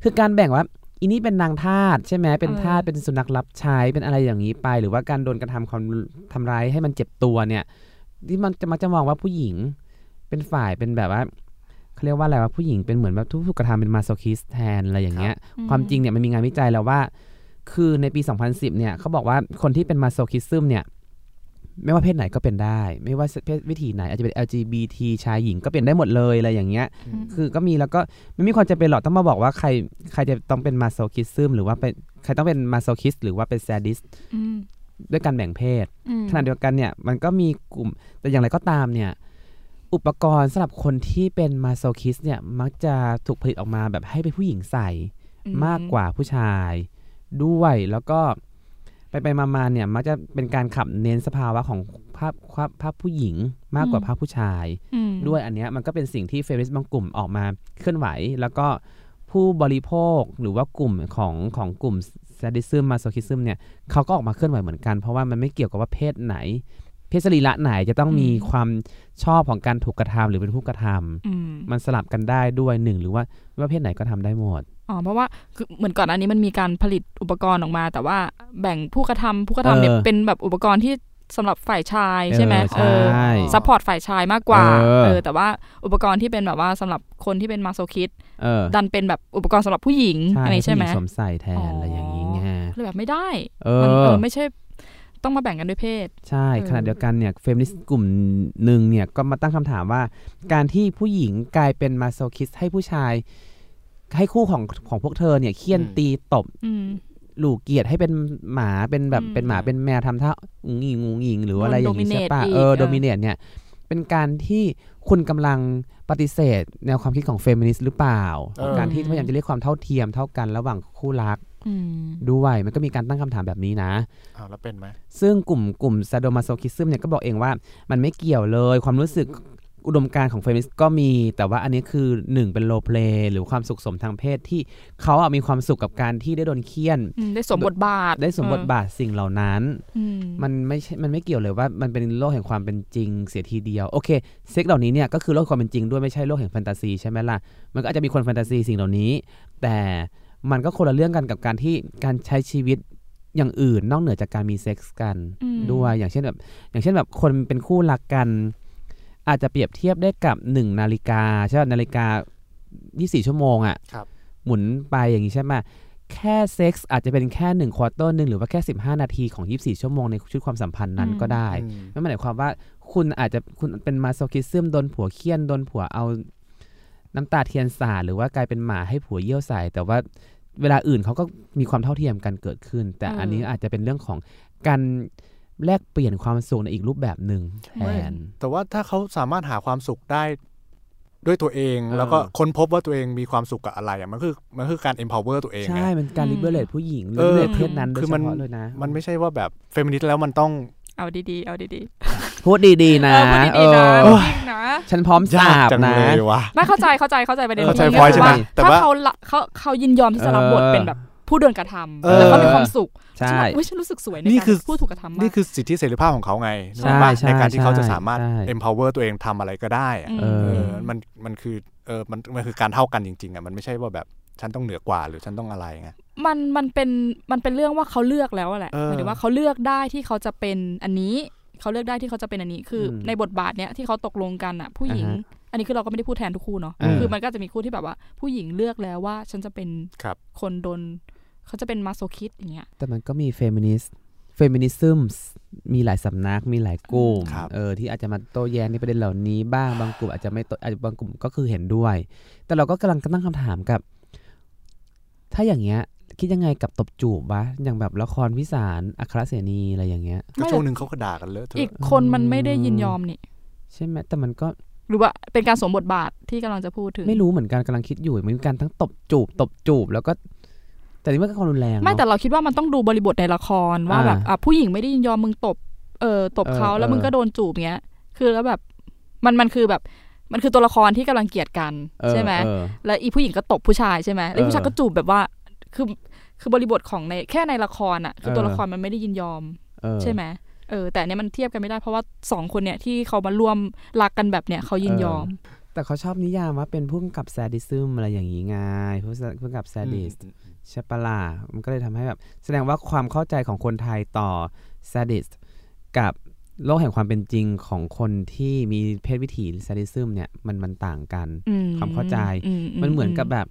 คือการแบ่งว่าอีนี่เป็นนางทาสใช่ไหมเป็นทาสเป็นสุนัขรับใช้เป็นอะไรอย่างนี้ไป หรือว่าการโดนกระทำความทำร้ายให้มันเจ็บตัวเนี่ย ที่มันจะมักจะมองว่าผู้หญิงเป็นฝ่ายเป็นแบบว่าเขาเรียกว่าอะไรว่าผู้หญิงเป็นเหมือนแบบทุกถูกกระทำเป็นมาโซคิสแทนอะไรอย่างเงี้ย ความจริงเนี่ยมันมีงานวิจัยแล้วว่า คือในปี 2010 เนี่ยเขาบอกว่าคนที่เป็นมาโซคิซึมเนี่ย ไม่ว่าเพศไหนก็เป็นได้ ไม่ว่าเพศวิถีไหนอาจจะเป็น LGBT ชายหญิงก็เป็นได้หมดเลยอะไรอย่างเงี้ย
อืม
คือก็มีแล้วก็ไม่มีความจำเป็นหรอกต้องมาบอกว่าใครใครจะต้องเป็นมาโซคิซึมหรือว่าเป็นใครต้องเป็นมาโซคิสหรือว่าเป็นแซดิส
อืม
ด้วยการแบ่งเพศ
อืม
ขณะเดียวกันเนี่ยมันก็มีกลุ่มแต่อย่างไรก็ตามเนี่ยอุปกรณ์สำหรับคนที่เป็นมาโซคิสเนี่ยมักจะถูกผลิตออกมาแบบให้เป็นผู้หญิงใส่
อื
มากกว่าผู้ชายด้วยแล้วก็ไปไปมามาๆเนี่ยมักจะเป็นการขับเน้นสภาวะของภาพภาพภาพผู้หญิงมากกว่าภาพผู้ชาย
อืม
ด้วยอันเนี้ยมันก็เป็นสิ่งที่เฟมินิสต์บางกลุ่มออกมาเคลื่อนไหว แล้วก็ผู้บริโภคหรือว่ากลุ่มของของกลุ่มซาดิซึมมาโซคิซึมเนี่ยเขาก็ออกมาเคลื่อนไหวเหมือนกัน เพราะว่ามันไม่เกี่ยวกับว่าเพศไหน เพศสรีระไหนจะต้องมีความชอบของการถูกกระทำหรือเป็นผู้กระทำ
อืม
มันสลับกันได้ด้วยหนึ่งหรือว่าไม่ว่าเพศไหนก็ทำได้หมด
อ๋อเพราะว่าคือเหมือนก่อนอันนี้มันมีการผลิตอุปกรณ์ออกมา แต่ว่าแบ่งผู้กระทำผู้กระทำเนี่ย
เออ
เป็นแบบอุปกรณ์ที่สำหรับฝ่ายชายใช่ไหม
เออ
เออ
ใช่
ซัพพอร์ตฝ่ายชายมากกว่า
เออ
เออ แต่ว่าอุปกรณ์ที่เป็นแบบว่าสำหรับคนที่เป็นมาโซคิด
เออ
ดันเป็นแบบอุปกรณ์สำหรับผู้หญิง
ใช่
อันนี้ใช่ไหม
ผู้ญิงสวมใส่แทนอะไรอย่างนี้ไง
เลยแบบไม่ได้
เอ
มันเอ
อ
อไม่ใช่ต้องมาแบ่งกันด้วยเพศ
ใช่
เออ
ขณะเดียวกันเนี่ยเฟมินิสต์กลุ่มหนึ่งเนี่ยก็มาตั้งคำถามว่า การที่ผู้หญิงกลายเป็นมาโซคิสให้ผู้ชาย ให้คู่ของของพวกเธอเนี่ยเคี่ยน
อืม
ตีตบ
อืม
หลูเกียดให้เป็นหมาเป็นแบบ
อืม
เป็นหมาเป็นแมวทำท่างูงิงงูงิงหรือว่าอะไรอย่างนี้ใช่ปะ
โดมิเนตอีก
เออ
เออ
โดมิเนตเนี่ยเป็นการที่คุณกำลังปฏิเสธ แนวความคิดของเฟมินิสต์หรือเปล่าของการที่พยายามจะเรียกความเท่าเทียมเท่ากันระหว่างคู่รัก
อืม
ด้วยมันก็มีการตั้งคำถามแบบนี้นะ
อ้าวแล้วเป็นไหม
ซึ่งกลุ่มกลุ่มซาโดมาโซคิซึมเนี่ยก็บอกเองว่ามันไม่เกี่ยวเลย ความรู้สึกอุดมการณ์ของเฟมินิสต์ก็มี แต่ว่าอันนี้คือหนึ่งเป็นโลเพลหรือความสุขสมทางเพศที่เขาอะมีความสุขกับการที่ได้โดนเคี่ยน
อืมได้สวมบทบาท
ได้สวมบ
เออบ
ทาทสิ่งเหล่านั้น
อืม
มันไม่ใช่มันไม่เกี่ยวเลยว่ามันเป็นโลกแห่งความเป็นจริงเสียทีเดียวโอเคเซ็กเหล่านี้เนี่ยก็คือโลกความเป็นจริงด้วยไม่ใช่โลกแห่งแฟนตาซีใช่ไหมล่ะมันก็อาจจะมีคนแฟนตาซีสิ่งเหล่านี้ แต่มันก็คนละเรื่องกันกับการที่การใช้ชีวิตอย่างอื่นนอกเหนือจากการมีเซ็กส์กัน
อืม
ด้วยอย่างเช่นแบบอย่างเช่นแบบคนเป็นคู่รักกัน อาจจะเปรียบเทียบได้กับหนึ่งนาฬิกาใช่ไหมนาฬิกา 24 ชั่วโมงอะ่ะ
ครับ
หมุนไปอย่างนี้ใช่ไหมแค่เซ็กส์อาจจะเป็นแค่หนึ่งควอเตอร์หนึ่งหรือว่าแค่ 15 นาทีของ 24 ชั่วโมงในชุดความสัมพันธ์นั้น
อืม
ก็ได้
อืม
ไม่หมายความว่าคุณอาจจะคุณเป็นมาโซคิซึมโดนผัวเคี่ยนโดนผัวเอาน้ำตาเทียนสาดหรือว่ากลายเป็นหมาให้ผัวเยี่ยวใส่แต่ว่าเวลาอื่นเขาก็มีความเท่าเทียมกันเกิดขึ้น แต่
เอออั
อันนี้อาจจะเป็นเรื่องของการแลกเปลี่ยนความสุขในอีกรูปแบบหนึ่งแท
ไม่
น
แต่ว่าถ้าเขาสามารถหาความสุขได้ด้วยตัวเอง
เออ
แล้วก็ค้นพบว่าตัวเองมีความสุขกับอะไรอ่ะมันคือมันคือการ empower ตัวเองไง
ใช่มันการ
อืม
ริเบเรตผู้หญิง
เอ
ริ
อ
เบเรตเพศนั้นโดย
คือ
เฉ
มัน
พาะเลยนะ
มันไม่ใช่ว่าแบบเฟมินิสต์แล้วมันต้อง
เอาดีๆ เอาดี
พูดดีๆ
ๆ
นะ
เออ
เออ
พูดดีๆนะพูดดีนะ
ฉันพร้อมสาย
าก
บ
จัง
นะ
เลยวะ
ไม่เข้าใจเข้าใจเข้าใจประเด็น
เข้าใจ
นี้
point
คื
ใช่ไหม
ว่า
แต่
ถ้า
ว่า
เขาละเขาเขายินยอมที่จะรับบทเป็นแบบผู้โดนกระทำ
เออ
แล้วเขามีความสุข
ใช่
อุ๊ยฉันรู้สึกสวยใน
นี่
การ
คือ
ผู้ถูกกระทำมา
นี่
ก
คือสิทธิเสรีภาพของเขาไง
ใช่
นึกออกปะ
ใช่
ในการที่เขาจะสามารถ
ใช่
empower ตัวเองทำอะไรก็ได้อะ
อืม
เอ
เอ
อ
อมันมันคือเออมันมันคือการเท่ากันจริงๆอ่ะมันไม่ใช่ว่าแบบฉันต้องเหนือกว่าหรือฉันต้องอะไรไง
มันมันเป็นมันเป็นเรื่องว่าเขาเลือกแล้วแหละ
เออ
หมายถึงว่าเขาเลือกได้ที่เขาจะเป็นอันนี้เขาเลือกได้ที่เขาจะเป็นอันนี้ คืออ
ม
ในบทบาทเนี้ยที่เขาตกลงกันอ่ะ ผู้หญิง
อ่าฮะ
อันนี้คือเราก็ไม่ได้พูดแทนทุกคู่เนาะ
เออ
คือมันก็จะมีคู่ที่แบบว่า ผู้หญิงเลือกแล้วว่าฉันจะเป็น
ครับ
คนโดนเขาจะเป็นมาโซคิสต์อย่างเงี้ย
แต่มันก็มีเฟมินิสต์เฟมินิซึมมีหลายสำนักมีหลายกลุ่ม
ครับ
เออที่อาจจะมาโต้แย้งในประเด็นเหล่านี้บ้างบางกลุ่มอาจจะไม่โต้อาจจะบางกลุ่มก็คือเห็นด้วย แต่เราก็กำลังตั้งคำถามกับ ถ้าอย่างเงี้ย คิดยังไงกับตบจูบวะอย่างแบบละครวิสารอัครเสนีอะไรอย่างเงี้ย
ไม่
ก็ช่วงหนึ่งเขาก็ด่ากันเลอะเท
อี
อะ
กคนมันไม่ได้ยินยอมนี่
ใช่ไหมแต่มันก็
หรือว่าเป็นการสวมบทบาทที่กำลังจะพูดถึง
ไม่รู้เหมือนกันกำลังคิดอยู่มันมีการทั้งตบจูบ ตบจูบแล้วก็ แต่นี่มันก็ความรุนแรงเนอะ
ไม่แต่เราคิดว่ามันต้องดูบริบทในละครว่า
อ่า
แบบอ่ะผู้หญิงไม่ได้ยินยอมมึงตบเออตบเขา
เออ
แล้วมึง
เออ
ก็โดนจูบเงี้ย คือแล้วแบบมันมันคือแบบมันคือตัวละครที่กำลังเกลียดกัน
เออ
ใช่ไหม
เออ
แล้วอีผู้หญิงก็ตบผู้ชายใช่ไหมแล้วอีผู้ชายก็จูบแบบว่าคือคือบริบทของในแค่ในละครอ่ะคือตัว
เออ
ละครมันไม่ได้ยินยอม
เออ
ใช่ไหมเออแต่อันเนี้ยมันเทียบกันไม่ได้เพราะว่าสองคนเนี่ยที่เขามาร่วมรักกันแบบเนี้ยเขายินยอม
แต่เขาชอบนิยามว่าเป็นผู้กำกับแซดิซึมอะไรอย่างนี้ไงผู้กำกับแซ
อืม
ดิสใช่ปะล่ะมันก็เลยทำให้แบบ แสดงว่าความเข้าใจของคนไทยต่อแซดิสกับโลกแห่งความเป็นจริงของคนที่มีเพศวิถีแซดิซึมเนี่ยมันมันต่างกัน
อื
ความเข้าใจ มันเหมือนกับแบบ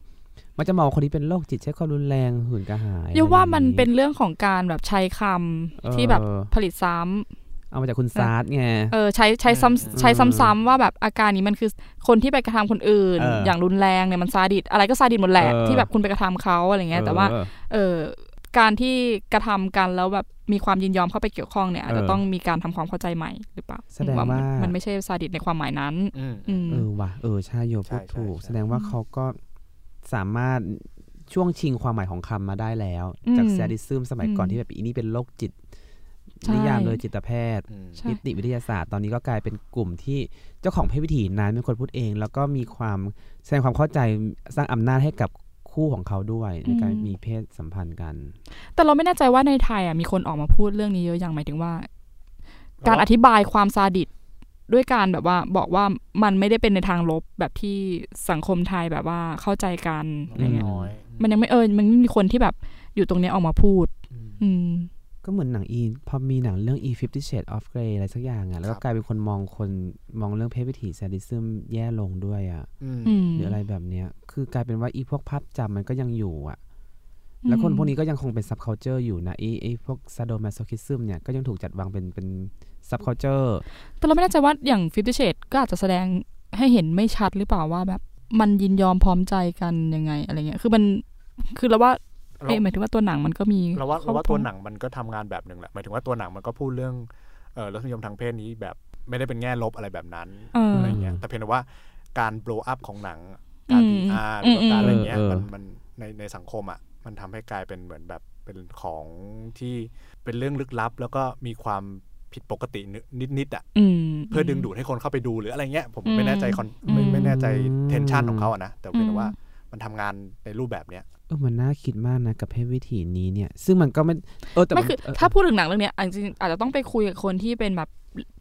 มันจะมองคนที่เป็นโรคจิตใช้ความรุนแรงหื่นกระหาย
เรียก
อะไร
ว่า
อง
มัน
งี้
เป็นเรื่องของการแบบใช้คำ
เออ
ที่แบบผลิตซ้ำ
เอามาจากคุณซาร์ตไง
เออใช้ใช้ซ้ำใช้ซ้ำๆว่าแบบอาการนี้มันคือคนที่ไปกระทำคนอื่น
เออ
อ
อย่าง
รุนแรงเนี่ยมันซาดิสอะไรก็ซาดิสหมดแหละ
เออ
ที่แบบคุณไปกระทำเขาอะไรเงี้ยแต่ว่า
เออ
เออการที่กระทำกันแล้วแบบมีความยินยอมเข้าไปเกี่ยวข้องเนี่ยอาจจะ
เออ
ต้องมีการทำความเข้าใจใหม่หรือเปล่า
แสดงว่ามั
นนไม่ใช่ซาดิสในความหมายนั้น
อืม
อืม
เออว่ะเออใช่โยพูด
ใช่
ถูก
ใช่ใช่
แสดงว่าเขาก็สามารถช่วงชิงความหมายของคำมาได้แล้ว จาก
อืม
แซดิซึมสมัยก่อน
อืม
ที่แบบอีนี่เป็นโรคจิต
ใช่
นิยามเลยจิตแพทย์
อืม
ใช่
นิติวิทยาศาสตร์ตอนนี้ก็กลายเป็นกลุ่มที่เจ้าของเพศวิถีนั้นเป็นคนพูดเอง แล้วก็มีความแสดงความเข้าใจสร้างอำนาจให้กับคู่ของเขาด้วย ในการ
อืม
มีเพศสัมพันธ์กัน
แต่เราไม่แน่ใจว่าในไทยอ่ะมีคนออกมาพูดเรื่องนี้เยอะอย่างหมายถึงว่า การอธิบายความซาดิสด้วยการแบบว่าบอกว่ามันไม่ได้เป็นในทางลบแบบที่สังคมไทยแบบว่าเข้าใจกันอะไรเงี้ย
น้อย
มันยังไม่เออ มันไม่มีคนที่แบบอยู่ตรงเนี้ยออกมาพูด
อืม
อืม
ก็เหมือนหนังอีพอมีหนังเรื่อง E Fifty Shades of Grey อะไรสักอย่างอะแล้ว
ค
ก็
รับ
กลายเป็นคนมองคนมองเรื่องเพศวิถีแซดิซึมแย่ลงด้วยอะ
อืม
อืม
หรืออะไรแบบเนี้ย คือกลายเป็นว่าอีพวกภาพจำมันก็ยังอยู่อะแล้วคนพวกนี้ก็ยังคงเป็นซับเคาเจอร์อยู่นะไอไอพวกซาโดมาโซคิซึมเนี่ยก็ยังถูกจัดวางเป็นเป็นซับเคาเจอร์
แต่เราไม่แน่ใจว่าอย่างฟิฟตี้เชดก็อาจจะแสดงให้เห็นไม่ชัดหรือเปล่าว่าแบบ มันยินยอมพร้อมใจกันยังไงอะไรเงี้ย คือมัน คือเราว่าเอ๊ะหมายถึงว่าตัวหนังมันก็มี
เราว่า
ข้อ
เราว่า
พูด
ตัวหนังมันก็ทำงานแบบหนึ่งแหละหมายถึงว่าตัวหนังมันก็พูดเรื่องเออรสนิยมทางเพศนี้แบบไม่ได้เป็นแง่ลบอะไรแบบนั้น
เอออ
อะไรเงี้ยแต่เพียงแต่ว่าการ blow up ของหนังการ
อืม
PR หรือว่าการอะไรเงี้ย
เออเออ
มันมันในในสังคมอ่ะมันทำให้กลายเป็นเหมือนแบบเป็นของที่เป็นเรื่องลึกลับ แล้วก็มีความผิดปกตินิดนิดๆอ่ะ
อืม
เพื่อดึงดูดให้คนเข้าไปดูหรืออะไรเงี้ยผม
อืม
ไม่แน่ใจคอนไม่
อืม
ไม่แน่ใจเทนชันของเขาอ่ะนะแต่เพียงแต่ว่ามันทำงานในรูปแบบเนี้ย
เออมันน่าคิดมากนะกับเพศวิถีนี้เนี่ย ซึ่งมันก็ไม่เออแต่
ไม่
น
คือ
เ
ถ้าพูดถึงหนังเรื่องเนี้ยอาจจริงอาจจะต้องไปคุยกับคนที่เป็นแบบ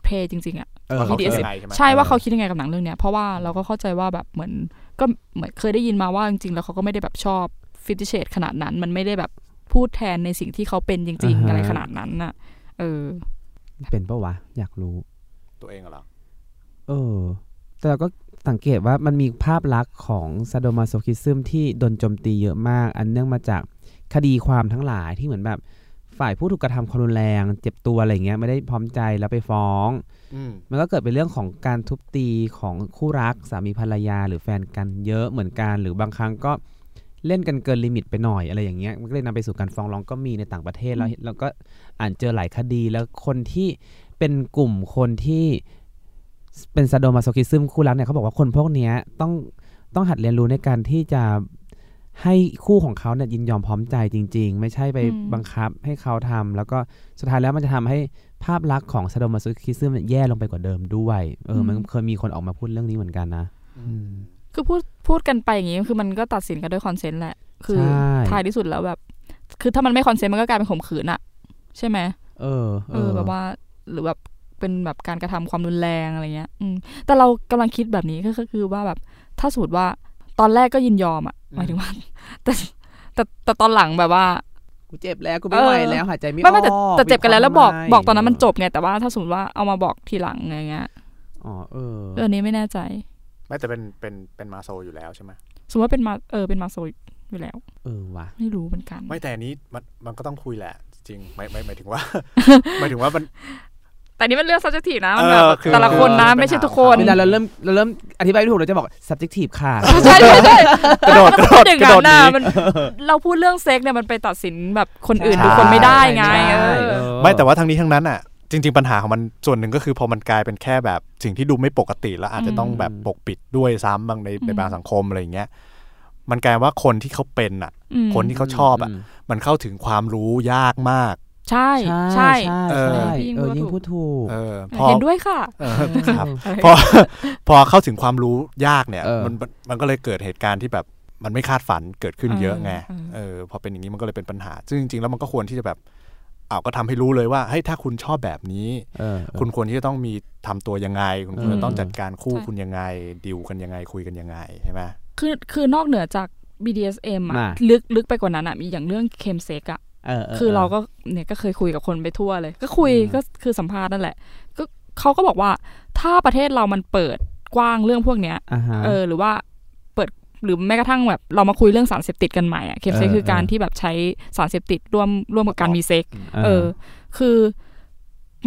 เพลย์จริงๆอ่ะ
เออ
ว่าเขา
เอ
คิด
อ
ยังไงใช่ไหม
ใช่ว่า
เออ
เขาคิดยังไงกับหนังเรื่องเนี้ยเพราะว่าเราก็เข้าใจว่าแบบเหมือนก็เหมือนเคยได้ยินมาว่าจริงๆ แล้วเขาก็ไม่ได้แบบชอบฟิติเชตขนาดนั้น มันไม่ได้แบบพูดแทนในสิ่งที่เขาเป็นจริง ๆ อะไรขนาดนั้นน่ะ เออ
เป็นปะวะ อยากรู้
ตัวเองเหรอ
เออ แต่เราก็สังเกตว่ามันมีภาพลักษณ์ของซาโดมาโซคิซึมที่โดนโจมตีเยอะมาก อันเนื่องมาจากคดีความทั้งหลายที่เหมือนแบบฝ่ายผู้ถูกกระทำความรุนแรง เจ็บตัวอะไรอย่างเงี้ยไม่ได้พร้อมใจแล้วไปฟ้อง
อืม
มันก็เกิดเป็นเรื่องของการทุบตีของคู่รักสามีภรรยาหรือแฟนกันเยอะเหมือนกันหรือบางครั้งก็เล่นกันเกินลิมิตไปหน่อยอะไรอย่างเงี้ยมันก็เลยนำไปสู่การฟ้องร้องก็มีในต่างประเทศแล้ว
อืม
แล้วก็อ่านเจอหลายคดีแล้วคนที่เป็นกลุ่มคนที่เป็นซาโดมาโซคิซึมคู่รักเนี่ยเขาบอกว่าคนพวกเนี้ยต้องต้องหัดเรียนรู้ในการที่จะให้คู่ของเขาเนี่ยยินยอมพร้อมใจจริง ๆ ไม่ใช่ไป
อืม
บังคับให้เขาทำแล้วก็สุดท้ายแล้วมันจะทำให้ ภาพลักษณ์ของซาโดมาโซคิซึมเนี่ยแย่ลงไปกว่าเดิมด้วย เออ
อืม
มันเคยมีคนออกมาพูดเรื่องนี้เหมือนกันนะ
อืม
คือพูดพูดกันไปอย่างนี้คือมันก็ตัดสินกันด้วยคอนเซนต์แหละ คือ
ใช่
ท้ายที่สุดแล้วแบบ คือถ้ามันไม่คอนเซนต์มันก็กลายเป็นข่มขืนอะใช่ไหม
เออ
เออแบบว่าหรือแบบเป็นแบบการกระทำความรุนแรงอะไรเงี้ย อืมแต่เรากำลังคิดแบบนี้ก็ก็คือว่าแบบถ้าสมมติว่าตอนแรกก็ยินยอมอะหมายถึงว่า แต่แต่แต่ตอนหลังแบบว่า
กูเจ็บแล้ว กูไม่ไหว
เออ
แล้วหายใจไม่อ
ไม่
อก
ไม่แต่แต่เจ็บกันแล้วแล้วบอก
ทำไม
บอกตอนนั้นมันจบไงแต่ว่าถ้าสมมติว่าเอามาบอกทีหลังอะไรเงี้ย
อ๋อ เออ
เรื่องนี้ไม่แน่ใจ
ไม่แต่เป็นเป็นเป็นมาโซอยู่แล้วใช่ไหม
สมมติว่าเป็นมาเออเป็นมาโซอยู่แล้ว
เออว่ะ
ไม่รู้เหมือนกัน
ไม่แต่อันนี้มันมันก็ต้องคุยแหละ จริงๆหมายหมายหมายถึงว่า หมายถึงว่ามัน
แต่นี่มันเรื่อง subjective นะมัน
เออ
แบบ
คือ
แต่ละคนนะ
มันเป็น
ไม่ใช่ทุก
ปัญ
ค
หา
น
เวลาเราเริ่มเราเริ่มอธิบายไม่ถูกเราจะบอก subjective ค่ะ
ใช่ใช่ใช่
กระโดดกระโดด
อย่าง
กระ
นั้
โดด
น
หนี
น่ะมันเราพูดเรื่องเซ็กเนี่ยมันไปตัดสินแบบคนอื่น
ใช่
ทุกคนไม่ได้ไง
ใช่
เออ
เออ
ไม่แต่ว่าทั้งนี้ทั้งนั้นอ่ะ จริง ๆ ปัญหาของมันส่วนหนึ่งก็คือพอมันกลายเป็นแค่แบบสิ่งที่ดูไม่ปกติแล้วอาจจะต้องแบบปกปิดด้วยซ้ำบางในใน
อืม
บางสังคมอะไรอย่างเงี้ยมันกลายว่าคนที่เขาเป็นอ่ะ
อืม
คนที่เขาชอบอ่ะ มันเข้าถึงความรู้ยากมาก
ใช่
ใช่
ใช่
ใช่ใช่
เออ
ใช่
ยิ่ง
เออ
พูด
ยิ่งพูดถูก
เออพอ
เห็นด้วยค่ะ
เออครับ
เออ
พอ พอเข้าถึงความรู้ยากเนี่ย
เออ
มันมันก็เลยเกิดเหตุการณ์ที่แบบมันไม่คาดฝันเกิดขึ้นเยอะไง
เออ
เออพอเป็นอย่างนี้มันก็เลยเป็นปัญหา ซึ่งจริงๆแล้วมันก็ควรที่จะแบบอ้าวก็ทำให้รู้เลยว่าเฮ้ยถ้าคุณชอบแบบนี้
เออ
คุณควรที่จะต้องมีทำตัวยังไง คุณควร
อื
จะ
ม
ต้องจัดการคู่
ใช่
คุณยังไงดิวกันยังไงคุยกันยังไงใช่ไหม
คือคือนอกเหนือจาก BDSM
มา
อ่ะลึกลึกไปกว่านั้นอ่ะมีอย่างเรื่องเคมเซ็กอ่ะ
เออ
คือเราก็เนี่ยก็เคยคุยกับคนไปทั่วเลย ก็คุยก็คือสัมภาษณ์นั่นแหละ ก็เขาก็บอกว่าถ้าประเทศเรามันเปิดกว้างเรื่องพวกเนี้ย
อ่าฮะ
เออหรือว่าเปิดหรือแม้กระทั่งแบบเรามาคุยเรื่องสารเสพติดกันใหม่อ่ะเคมเซ็ก
เออ
คือการ
เออ
ที่แบบใช้สารเสพติดร่วมร่วมกับการมีเซ็ก เอ
อ
อคือ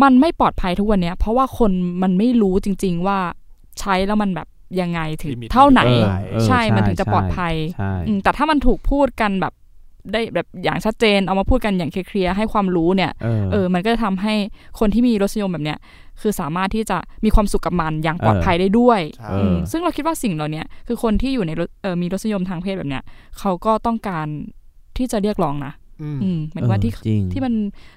มันไม่ปลอดภัยทุกวันเนี้ย เพราะว่าคนมันไม่รู้จริง ๆว่าใช้แล้วมันแบบยังไงถึง
ลิมิต
เท่าไหน
ออ
เออ
ใช่มันถึงจะปลอดภัย
ใช่
อืมแต่ถ้ามันถูกพูดกันแบบได้แบบอย่างชัดเจนเอามาพูดกันอย่างเคลียร์ๆให้ความรู้เนี่ย
เออ
เออ มันก็จะทำให้คนที่มีรสนิยมแบบเนี้ย คือสามารถที่จะมีความสุขกับมันอย่างปลอดภัยได้ด้วย
ใช่
เออ
มซึ่งเราคิดว่าสิ่งเหล่าเนี้ยคือคนที่อยู่ในรสเอ่อมีรสนิยมทางเพศแบบเนี้ยเขาก็ต้องการที่จะเรียกร้องนะ
อืม
อืมหมายถึงว่าที่
จริง
ที่มัน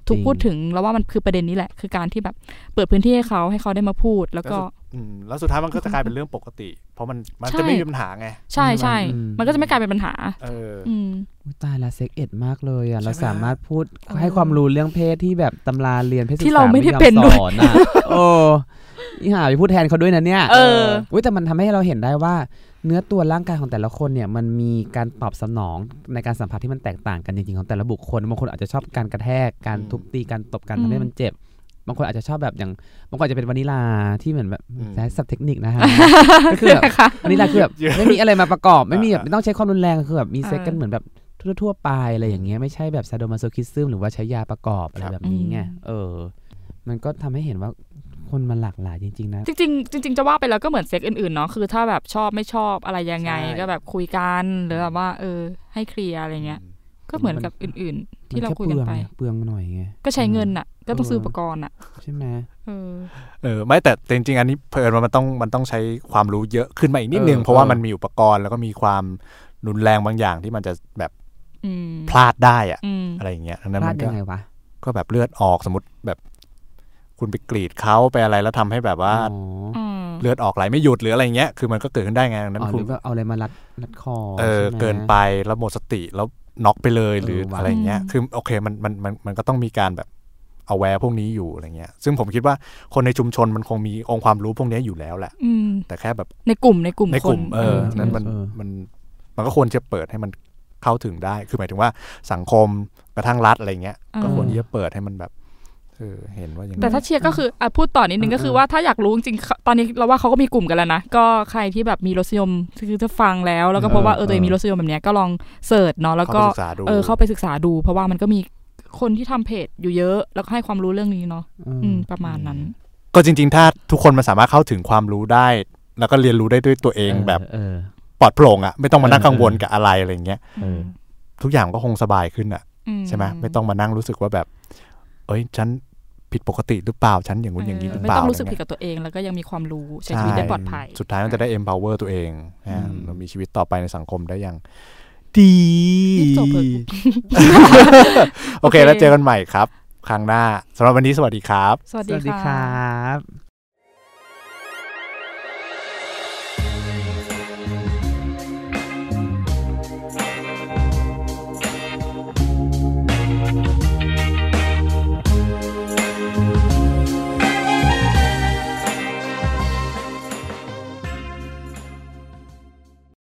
ถูก
จริง
พูดถึงแล้วว่ามันคือประเด็นนี้แหละ คือการที่แบบเปิดพื้นที่ให้เขาให้เขาได้มาพูด แล้วก็
อืมแล้วสุดท้ายมันก็จะกลายเป็นเรื่องปกติ เพราะมันมัน
ใช่
จะไม่มีปัญหาไง
ใช่ใช่
อืม
มันก็จะไม่กลายเป็นปัญหา
เออ
อืม
อุ๊ยตายละเซ็กเอ็ดมากเลยอ่ะ
ใช่ไหม
เราสามารถพูด
เออ
ให้ความรู้เรื่องเพศที่แบบตำราเรียนเพศศึกษา
ที่เราไม่ได้
ยอ
เป็นด้วย
สอน อะโอ้ยหาไปพูดแทนเขาด้วยนะเนี่ย
เออ
ยแต่มันทำให้เราเห็นได้ว่า เนื้อตัวร่างกายของแต่ละคนเนี่ยมันมีการตอบสนองในการสัมผัสที่มันแตกต่างกันจริงๆของแต่ละบุคคลบางคนอาจจะชอบการกระแทกการทุบตีการตบการทำให้มันเจ็บ บางคนอาจจะชอบแบบอย่างบางคนอาจจะเป็นวานิลาที่เหมือนแบบ
อืม
ใช้ศัพท์เทคนิคนะฮะ ก็คือแบบ
นะคะ
อันนี้แหละคือแบบ
เยอะ
ไม่มีอะไรมาประกอบ ไม่มีแบบ
อ่า
ไม่ต้องใช้ความรุนแรงคือแบบมีเซ็กกัน
อ่า
เหมือนแบบทั่วๆไปอะไรอย่างเงี้ยไม่ใช่แบบซาโดมาโซคิซึมหรือว่าใช้ยาประกอบอะไรแบบนี้ไง
อืม
เออ มันก็ทำให้เห็นว่าคนมันหลากหลายจริง ๆ นะ
จริงๆจริงๆจะว่าไปแล้วก็เหมือนเซ็กอื่นๆเนาะคือถ้าแบบชอบไม่ชอบอะไรยังไง
ใช่
ก็แบบคุยกันหรือแบบว่า เออ ให้เคลียร์อะไรเงี้ย ก็เหมือนกับอื่น ๆ ที่เราคุยกันไป
มัแค่เปลืองเปลืองหน่อยไง
ก็ใช้เงินอ่ะ ก็ต้องซื้ออุปกรณ์อ่ะ
ใช่ไหม
เออ
เออไม่แต่จริงๆ อันนี้เพลินว่ามันต้องมันต้องใช้ความรู้เยอะขึ้นมาอีกนิดนึง เพราะว่ามันมีอุปกรณ์แล้วก็มีความรุนแรงบางอย่างที่มันจะแบบ
อืม
พลาดได้อะ
อืม
อะไรอย่างเงี้ยทั้ง
พ
นั้น
ลา
มั
ด
นก็
ยังไงวะ
ก็แบบเลือดออกสมมติแบบคุณไปกรีดเขาไปอะไรแล้วทำให้แบบว่า
อ๋อ
อืม
เลือดออกไหลไม่หยุดหรืออะไรอย่างเงี้ยคือมันก็เกิดขึ้นได้ไงดังนั้
อ๋อ
น
ห
คุ
รื
ณ
อว่าเอาอะไรมารัดรัดคอ
เออ
ใช่หม
เกินไปแล้วหมดสติแล้วน็อกไปเลย
เออ
หรือ
ว่ะ
อะไรเงี้ย
อืม
คือโอเคมันมันมันมันก็ต้องมีการแบบเอาแวร์พวกนี้อยู่อะไรเงี้ย ซึ่งผมคิดว่าคนในชุมชนมันคงมีองค์ความรู้พวกเนี้ยอยู่แล้วแหละ
อืม
แต่แค่แบบ
ในกลุ่มในกลุ่ม
ใน
ค
ก
น
ลุ่มเออ
จริง
นั้นมัน
เออ
มันมันก็ควรจะเปิดให้มันเข้าถึงได้ คือหมายถึงว่าสังคมกระทั่งรัฐอะไรเงี้ย
เออ
ก็ควรที่จะเปิดให้มันแบบ เออเห็นว่าอย่าง
แต่
นั้น
ถ้าเชียร์ก็คืออ่ะพูดต่อนิดนึง
อ่า
ก็คือว่าถ้าอยากรู้จริงๆตอนนี้เราว่าเขาก็มีกลุ่มกันแล้วนะ ก็ใครที่แบบมีรสนิยมคือจะฟังแล้ว แล้วก็พบว่าเออตัวเองมีรสนิยมแบบเนี้ยก็ลองเสิร์ชเนาะแล้วก็
เข้าไปศึกษาดู
เออเข้าไปศึกษาดู เพราะว่ามันก็มีคนที่ทำเพจอยู่เยอะแล้วก็ให้ความรู้เรื่องนี้เนาะ
อืม
อืมประมาณนั้น
ก็จริง ๆ ถ้าทุกคนมันสามารถเข้าถึงความรู้ได้ แล้วก็เรียนรู้ได้ด้วยตัวเองแบบ
เออ
ปลอดโปร่งอ่ะไม่ต้องมานั่ง
เออ
กังวลกับอะไรอะไรเงี้ย
เออ
ทุกอย่างก็คงสบายขึ้นอ่ะใช่ไหมไม่ต้องมานั่งรู้สึกว่าแบบ เอ้ยฉันผิดปกติหรือเปล่าฉันอย่างงู้นอย่างนี้หรือ
ไม่
เปล่า
ต้องรู้สึก
อะ
ผิด
ไเงี้ย
กับตัวเองแล้วก็ยังมีความรู้ใช้
ใช่
ชีวิตได้ปลอดภัย
สุดท้ายมันจะได้ empower ตัวเอง
อื
นะ
ม
เรามีชีวิตต่อไปในสังคมได้อย่าง ดี
รีบจบเถอะ
โอเคแล้วเจอกันใหม่ครับ ครั้งหน้าสำหรับวันนี้สวัสดีครับ
สวัส
สวัสดี
ดี
คร
ค่ะ
ับ